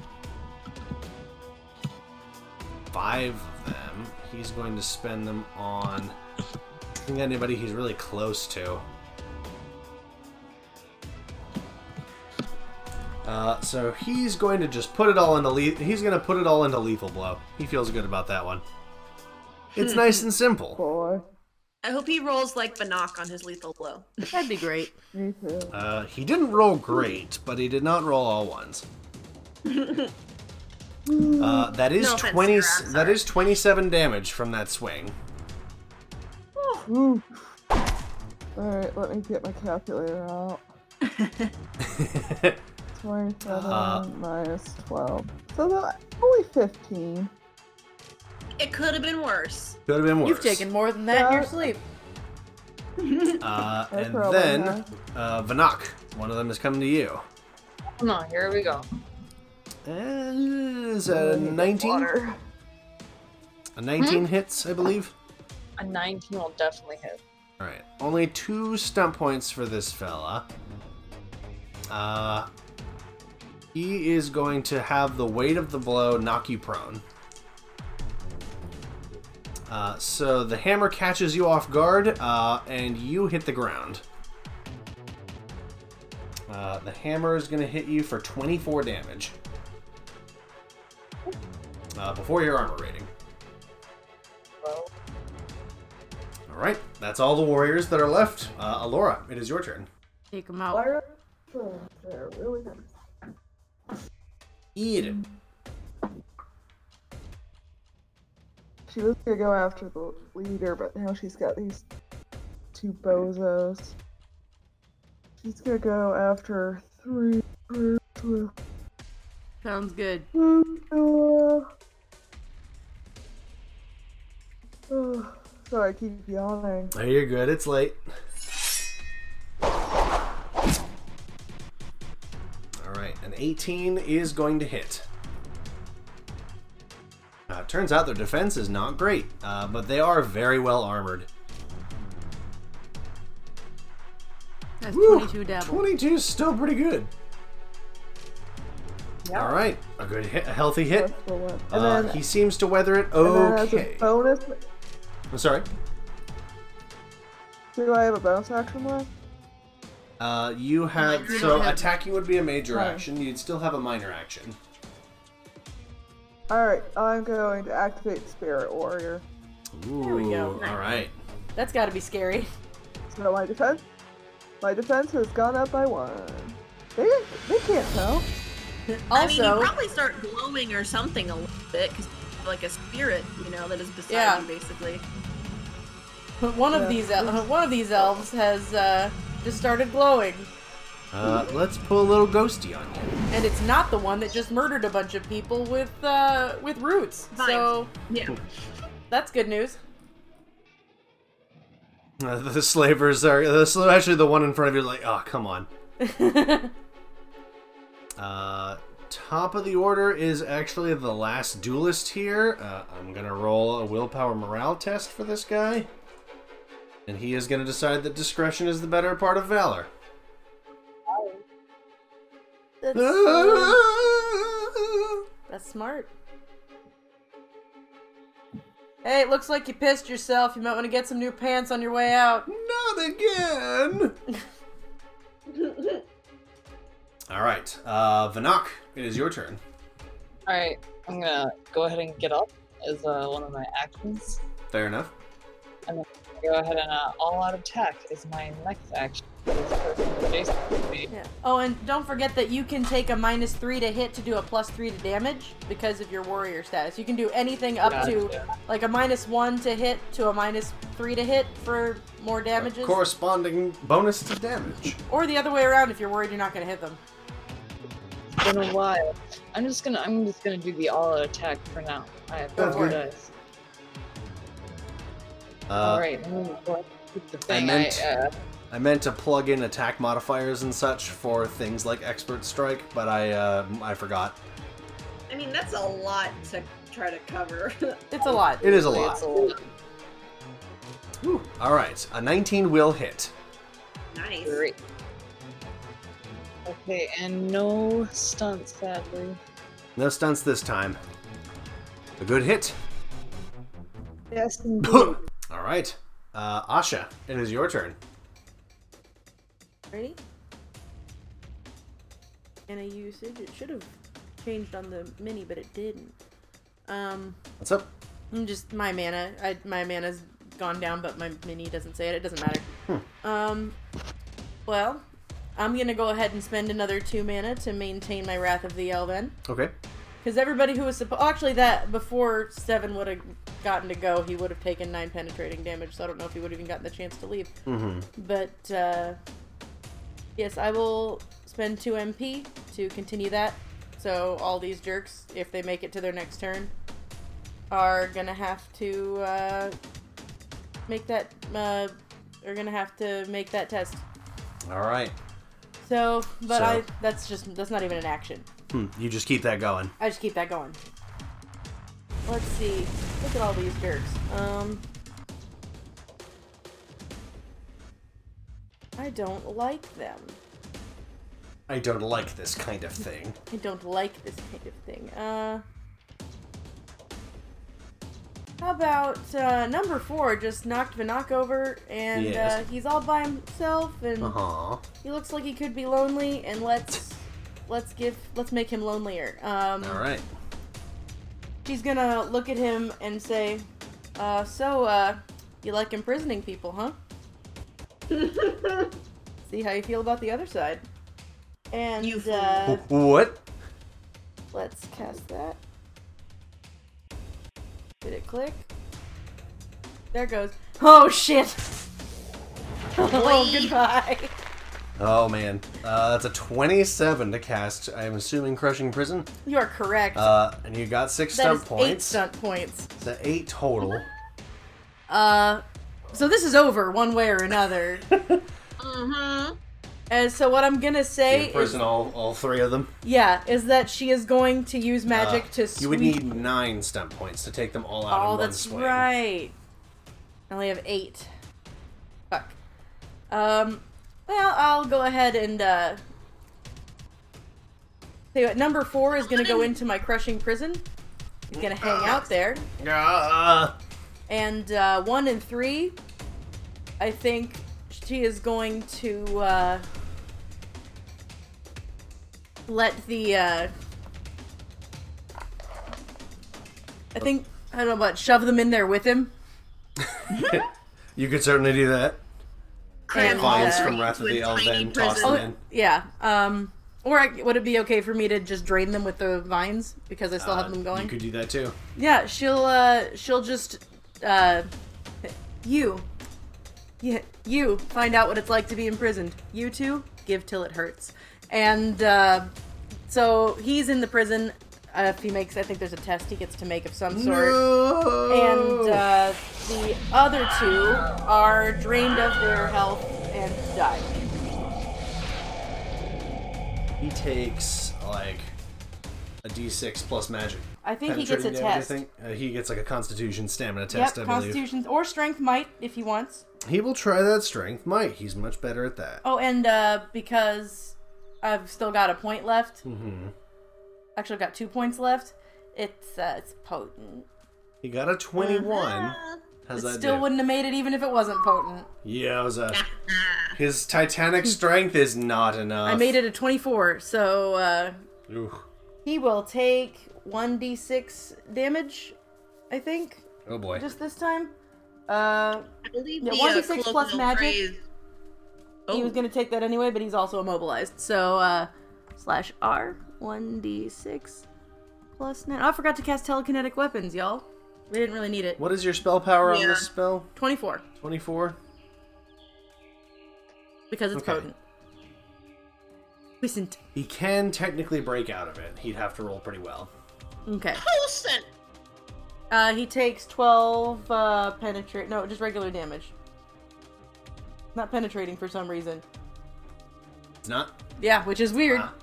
A: five of them. He's going to spend them on. I think anybody he's really close to. Uh, so he's going to just put it all into le- he's going to put it all into lethal blow. He feels good about that one. It's nice and simple.
B: Boy.
D: I hope he rolls like Banach on his lethal blow.
E: That'd be great.
B: Me too.
A: Uh, he didn't roll great, but he did not roll all ones. Uh, that is
D: No offense,
A: twenty.
D: Sarah, I'm
A: That
D: sorry.
A: is twenty-seven damage from that swing.
B: Ooh. Alright, let me get my calculator out. 27
A: Uh.
B: minus 12. So that, only 15.
D: It could have been worse.
A: Could have been worse.
E: You've taken more than that in your sleep.
A: Uh,
B: I
A: and
B: probably
A: then
B: have.
A: uh, Vanak, one of them is coming to you.
F: No, here we go.
A: Is a 19?
B: Water.
A: A 19
D: Hmm?
A: hits, I believe.
F: A 19 will definitely hit.
A: All right. Only two stunt points for this fella. Uh, he is going to have the weight of the blow knock you prone. Uh, so the hammer catches you off guard, uh, and you hit the ground. Uh, the hammer is going to hit you for 24 damage. Uh, before your armor rating.
F: Well,
A: All right, that's all the warriors that are left. Uh, Alora, it is your turn.
E: Take him out.
B: Why are there really not-
A: Eat it.
B: She was gonna go after the leader, but now she's got these two bozos. She's gonna go after three birds with
E: Sounds good.
B: one door. Oh, sorry, I keep yawning.
A: Oh, you're good. It's late. All right, an 18 is going to hit. Uh, turns out their defense is not great, uh, but they are very well armored.
E: That's
A: Woo!
E: 22 devil.
A: 22 is still pretty good.
F: Yeah.
A: All right, a good hit, a healthy hit.
B: That's the one. And
A: Uh,
B: then,
A: he seems to weather it
B: and then as
A: okay.
B: a bonus,
A: I'm sorry.
B: do I have a bonus action left?
A: Uh, you have
D: Minor
A: so
D: action.
A: attacking would be a major
B: Minor.
A: action. You'd still have a minor action.
B: Alright, I'm going to activate Spirit Warrior.
A: Ooh,
E: we go. Nice.
A: all right.
E: That's gotta be scary.
B: So my defense, my defense has gone up by one. They, they can't tell.
D: I mean,
E: Also,
D: you probably start glowing or something a little bit because like a spirit, you know, that is beside
E: Yeah.
D: you basically.
E: one of these el- uh, one of these elves has uh, just started glowing,
A: Uh, let's pull a little ghosty on you.
E: and it's not the one that just murdered a bunch of people with uh, with roots.
D: Vines.
E: So
D: Yeah.
E: that's good news.
A: Uh, the slavers are the, sl- actually the one in front of you. is Like, oh, come on. Uh, top of the order is actually the last duelist here. Uh, I'm gonna roll a willpower morale test for this guy, and he is gonna decide that discretion is the better part of valor.
E: That's, uh, that's smart. Hey, it looks like you pissed yourself. You might want to get some new pants on your way out.
A: Not again. All right, uh, Vinok, it is your turn.
F: Alright, I'm gonna go ahead and get up as uh, one of my actions.
A: Fair enough.
F: Go ahead and uh, all out attack is my next action. This person adjacent to me.
E: Yeah. Oh, and don't forget that you can take a minus three to hit to do a plus three to damage because of your warrior status. You can do anything up to
F: Gotcha.
E: like a minus one to hit to a minus three to hit for more damages,
A: Corresponding bonus to damage.
E: or the other way around if you're worried you're not going to hit them.
F: It's been a while. I'm just gonna I'm just gonna do the all out attack for now. I
A: Sounds good.
F: apologize.
A: Uh,
F: Alright, I'm gonna go ahead and keep the thing. I,
A: meant-
F: uh,
A: I meant to plug in attack modifiers and such for things like expert strike, but I uh, I forgot.
D: I mean, that's a lot to try to cover.
E: It's a lot.
A: It is a
F: it's
A: lot.
F: a lot.
A: Whew. All right, a 19 will hit.
D: nice.
F: Great. Okay, and no stunts, sadly.
A: No stunts this time. A good hit.
F: Yes, indeed.
A: All right, uh, Asha, it is your turn.
E: Ready? And a usage. It should have changed on the mini, but it didn't. Um,
A: What's up?
E: I'm just my mana. I, my mana's gone down, but my mini doesn't say it. It doesn't matter. Um, well, I'm gonna go ahead and spend another two mana to maintain my Wrath of the Elven,
A: Okay.
E: because everybody who was supposed actually that before seven would have gotten to go, he would have taken nine penetrating damage. So I don't know if he would have even gotten the chance to leave.
A: Mm-hmm.
E: But uh, yes, I will spend two MP to continue that. So all these jerks, if they make it to their next turn, are gonna have to uh, make that. Uh, are gonna have to make that test.
A: All right.
E: So, but
A: So-
E: I that's just that's not even an action.
A: Hmm, you just keep that going.
E: I just keep that going. Let's see. Look at all these jerks. Um. I don't like them.
A: I don't like this kind of thing.
E: I don't like this kind of thing. Uh. How about uh, number four just knocked Vinok over and
A: Yes. Uh-huh.
E: uh, he's all by himself and
A: Aww.
E: he looks like he could be lonely and let's let's give let's make him lonelier. Um,
A: All right.
E: She's gonna look at him and say, uh, so, uh, you like imprisoning people, huh? See how you feel about the other side. And,
D: You fool.
E: uh,
A: Wh- What?
E: let's cast that. Did it click? There it goes. Oh, shit! oh, goodbye.
A: Oh man, uh, that's a twenty-seven to cast. I'm assuming crushing prison.
E: You are correct.
A: Uh, and you got six
E: That
A: stunt
E: is eight
A: points.
E: stunt points.
A: So eight total.
E: Uh, so this is over one way or another. Mm-hmm. And so what I'm gonna
A: You
E: say is,
A: imprison all, all three of them.
E: yeah, is that she is going to use magic
A: Uh,
E: to sweep
A: You would need nine stunt points to take them all out in
E: Oh,
A: one
E: that's
A: swing.
E: right. I only have eight. Fuck. Um. Well, I'll go ahead and uh. Tell you what, number four is gonna go into my crushing prison. He's gonna hang out there.
A: Ah,
E: And uh, one and three, I think she is going to uh, let the. Uh, I think I don't know about shove them in there with him.
A: you could certainly do that.
E: And,
A: Fines
E: uh,
A: from Wrath of the
D: Into a tiny
A: Elven, toss
D: prison.
A: them
E: oh,
A: in.
E: yeah. Um, or I, would it be okay for me to just drain them with the vines because I still
A: Uh,
E: have them going?
A: You could do that too.
E: Yeah, she'll uh she'll just uh you yeah, you find out what it's like to be imprisoned. You two give till it hurts. And uh so he's in the prison uh, if he makes I think there's a test he gets to make of some sort. And uh, the other two are drained of their health and die.
A: He takes like a D6 plus magic.
E: I think he gets a
A: Penetrating damage,
E: test.
A: I think. Uh, he gets like a Constitution stamina
E: Yep,
A: test. I believe.
E: constitution or strength might if he wants.
A: He will try that strength might. He's much better at that.
E: Oh, and uh, because I've still got a point left.
A: Mm-hmm.
E: Actually, I've got two points left. It's uh, it's potent.
A: He got a 21. How's
E: It
A: that
E: still
A: do?
E: whould not have made it even if it wasn't potent.
A: Yeah, it was a. His titanic strength is not enough.
E: Hmm. I made it a 24, so uh,
A: Ooh.
E: he will take 1d6 damage, I think,
A: Oh boy.
E: just this time. Uh,
D: I believe
E: Yeah,
D: the,
E: 1d6
D: uh,
E: plus
D: colloquial
E: magic.
D: phrase-
E: He was
D: Oh,
E: going to take that anyway, but he's also immobilized. So, uh, slash R, 1d6 plus 9. I forgot to cast telekinetic weapons, y'all. We didn't really need it.
A: What is your spell power on
D: Yeah.
A: this spell?
E: 24.
A: 24?
E: because it's
A: Okay.
E: potent. Puissant.
A: He can technically break out of it. He'd have to roll pretty well.
E: Okay.
D: Coulson!
E: Uh, he takes 12 uh, penetrate. No, just regular damage. Not penetrating for some reason.
A: It's not.
E: Yeah, which is weird.
A: Ah.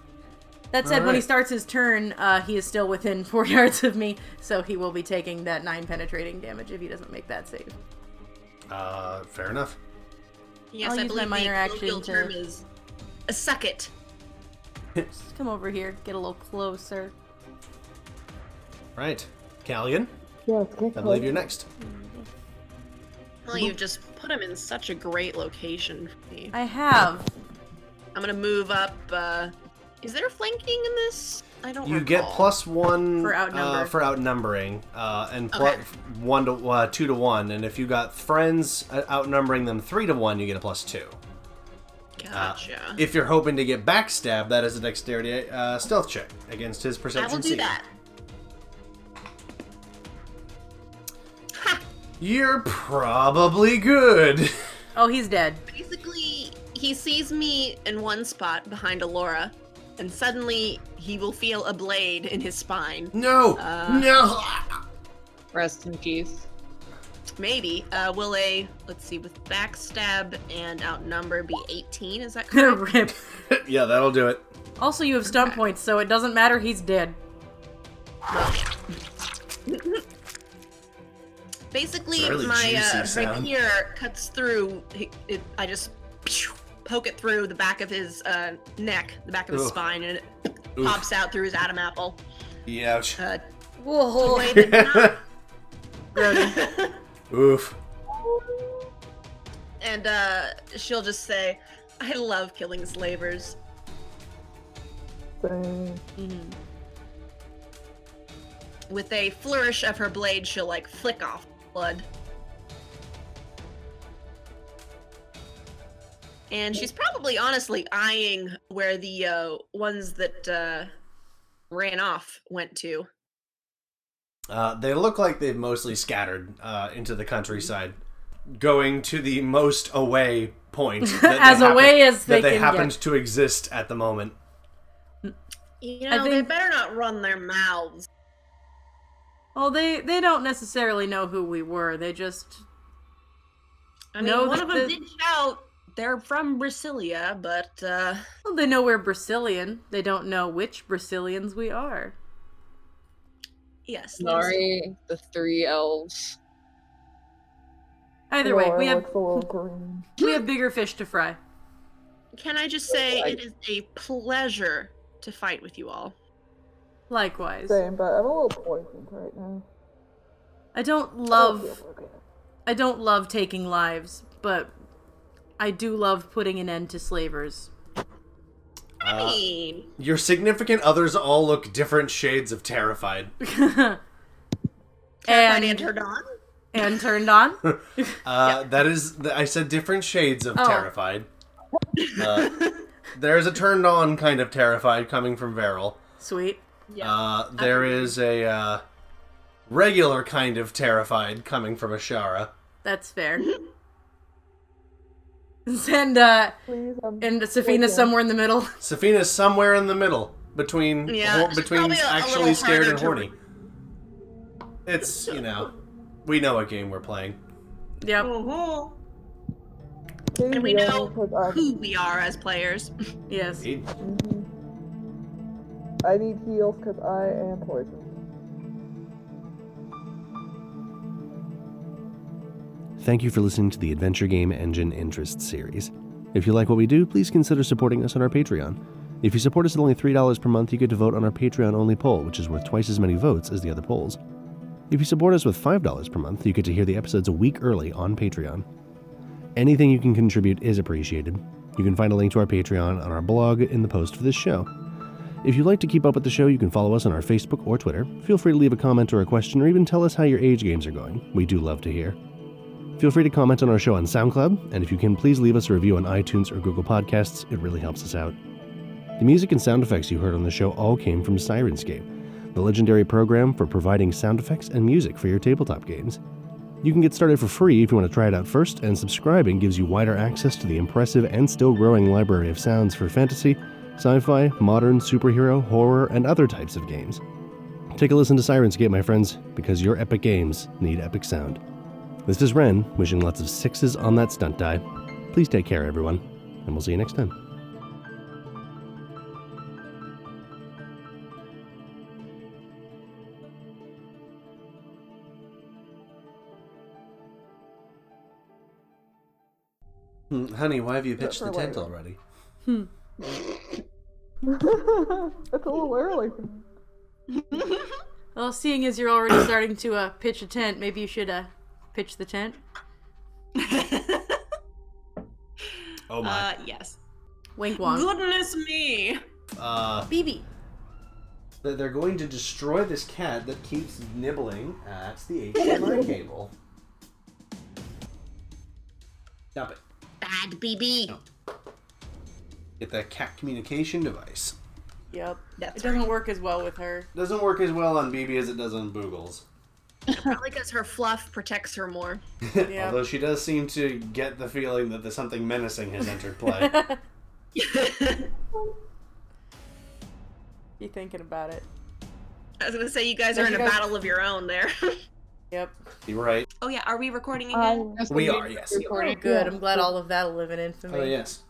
E: that said, when he
A: alright.
E: starts his turn, uh, he is still within four yards of me, so he will be taking that nine penetrating damage if he doesn't make that save.
A: Uh, fair enough.
D: Yes,
E: I'll
D: I
E: use my
D: believe
E: minor
D: the
E: action
D: colloquial
E: to-
D: term is a sucket.
E: Just come over here, get a little closer.
A: Right. Callion,
B: Yeah, it's good.
A: I believe you're next.
D: Well, you've just put him in such a great location for me.
E: I have.
D: I'm gonna move up. Uh, is there flanking in this? I don't.
A: You get
D: recall.
A: plus one
E: For outnumber.
A: uh, for outnumbering, uh, and plus
D: Okay.
A: one to uh, two to one. And if you got friends uh, outnumbering them three to one, you get a plus two. Uh,
D: Gotcha.
A: If you're hoping to get backstab, that is a dexterity uh, stealth check against his perception.
D: I will do
A: save.
D: that.
A: You're probably good.
E: Oh, he's dead.
D: Basically, he sees me in one spot behind Alora, and suddenly he will feel a blade in his spine.
A: No,
D: Uh,
A: no.
F: Rest in peace.
D: Maybe. Uh, will a, let's see, with backstab and outnumber be 18? Is that correct?
E: Rip.
A: yeah, that'll do it.
E: Also, you have stunt points, so it doesn't matter. He's dead.
D: Basically,
A: Really
D: my
A: juicy
D: uh,
A: sound.
D: rapier cuts through. He, it, I just poke it through the back of his uh, neck, the back of his
A: Ugh.
D: spine, and it
A: Oof.
D: pops out through his Adam apple.
A: Ouch.
D: Uh,
E: Whoa.
D: Blade did not-
A: Oof.
D: and uh, she'll just say, "I love killing slavers."
B: Dang.
D: With a flourish of her blade, she'll like flick off blood. And she's probably honestly eyeing where the uh, ones that uh, ran off went to.
A: Uh, they look like they've mostly scattered uh, into the countryside, going to the most away point that they
E: As
A: happen-
E: away as
A: that
E: they
A: they
E: can
A: happened
E: get.
A: to exist at the moment.
D: You
E: I
D: know, they
E: think-
D: better not run their mouths.
E: Well, they they don't necessarily know who we were. They just
D: I mean,
E: No,
D: one of them
E: the-
D: did shout, "They're from Brasilia," but uh,
E: well, they know we're Brazilian. They don't know which Brazilians we are.
D: yes, let us-
F: Nari, the three elves.
E: Either way,
B: Laura
E: we have
B: with the little green.
E: we have bigger fish to fry.
D: Can I just say
F: I-
D: it is a pleasure to fight with you all?
E: Likewise,
B: Same, but I'm a little poisoned right now.
E: I don't
B: I don't
E: love
B: feel very good.
E: I don't love taking lives, but I do love putting an end to slavers.
D: I
A: Uh,
D: mean,
A: your significant others all look different shades of terrified.
D: terrified
E: and-
D: and turned on.
E: And turned on.
A: Uh, That is, th- I said different shades of
E: Oh.
A: terrified. Uh, there's a turned on kind of terrified coming from Veryl.
E: Sweet.
A: Uh, there is a uh, regular kind of terrified coming from Ashara.
E: That's fair. and uh
B: Please, um, I'm
E: and Safina's somewhere in the middle.
A: Safina's somewhere in the middle between
D: Yeah,
A: hor-
D: she's
A: between
D: probably a- a
A: actually
D: little
A: scared
D: harder
A: and
D: to
A: horny. It's you know, we know what game we're playing.
E: Yep.
D: Mhm.
B: Maybe
D: And we
B: only
D: know
B: 'cause I'm-
D: Who we are as players.
E: Yes.
A: Indeed.
B: Mhm. I need heals because I am poisoned.
G: Thank you for listening to the Adventure Game Engine Interest series. If you like what we do, please consider supporting us on our Patreon. If you support us at only $3 per month, you get to vote on our Patreon only poll, which is worth twice as many votes as the other polls. If you support us with $5 per month, you get to hear the episodes a week early on Patreon. Anything you can contribute is appreciated. You can find a link to our Patreon on our blog in the post for this show. If you'd like to keep up with the show, you can follow us on our Facebook or Twitter. Feel free to leave a comment or a question, or even tell us how your age games are going. We do love to hear. Feel free to comment on our show on SoundCloud, and if you can, please leave us a review on iTunes or Google Podcasts. It really helps us out. The music and sound effects you heard on the show all came from Sirenscape, the legendary program for providing sound effects and music for your tabletop games. You can get started for free if you want to try it out first, and subscribing gives you wider access to the impressive and still growing library of sounds for fantasy, sci fi, modern, superhero, horror, and other types of games. Take a listen to Sirenscape, my friends, because your epic games need epic sound. This is Ren, wishing lots of sixes on that stunt die. Please take care, everyone, and we'll see you next time.
A: Hmm, honey, why have you
B: That's
A: pitched the
B: our
A: tent
B: way.
A: already?
B: That's a little early for me.
E: Well, seeing as you're already starting to uh, pitch a tent, maybe you should uh, pitch the tent.
A: Oh my.
D: uh, yes.
E: Wink wonk.
D: Goodness me.
A: Uh,
E: BB.
A: that they're going to destroy this cat that keeps nibbling at the HDMI cable. Stop it.
D: Bad BB.
A: No. Get that cat communication device.
E: Yep.
D: That's
E: it doesn't work as well with her.
A: Doesn't work as well on BB as it does on Boogles.
D: Probably because her fluff protects her more.
E: Yeah.
A: Although she does seem to get the feeling that there's something menacing has entered play.
E: Be thinking about it.
D: I was gonna say you guys are in a battle of your own there.
E: Yep.
A: You're right.
D: Oh yeah, are we recording again?
A: We are, yes.
E: Good. I'm glad all of that'll live in infamy.
A: Oh yes.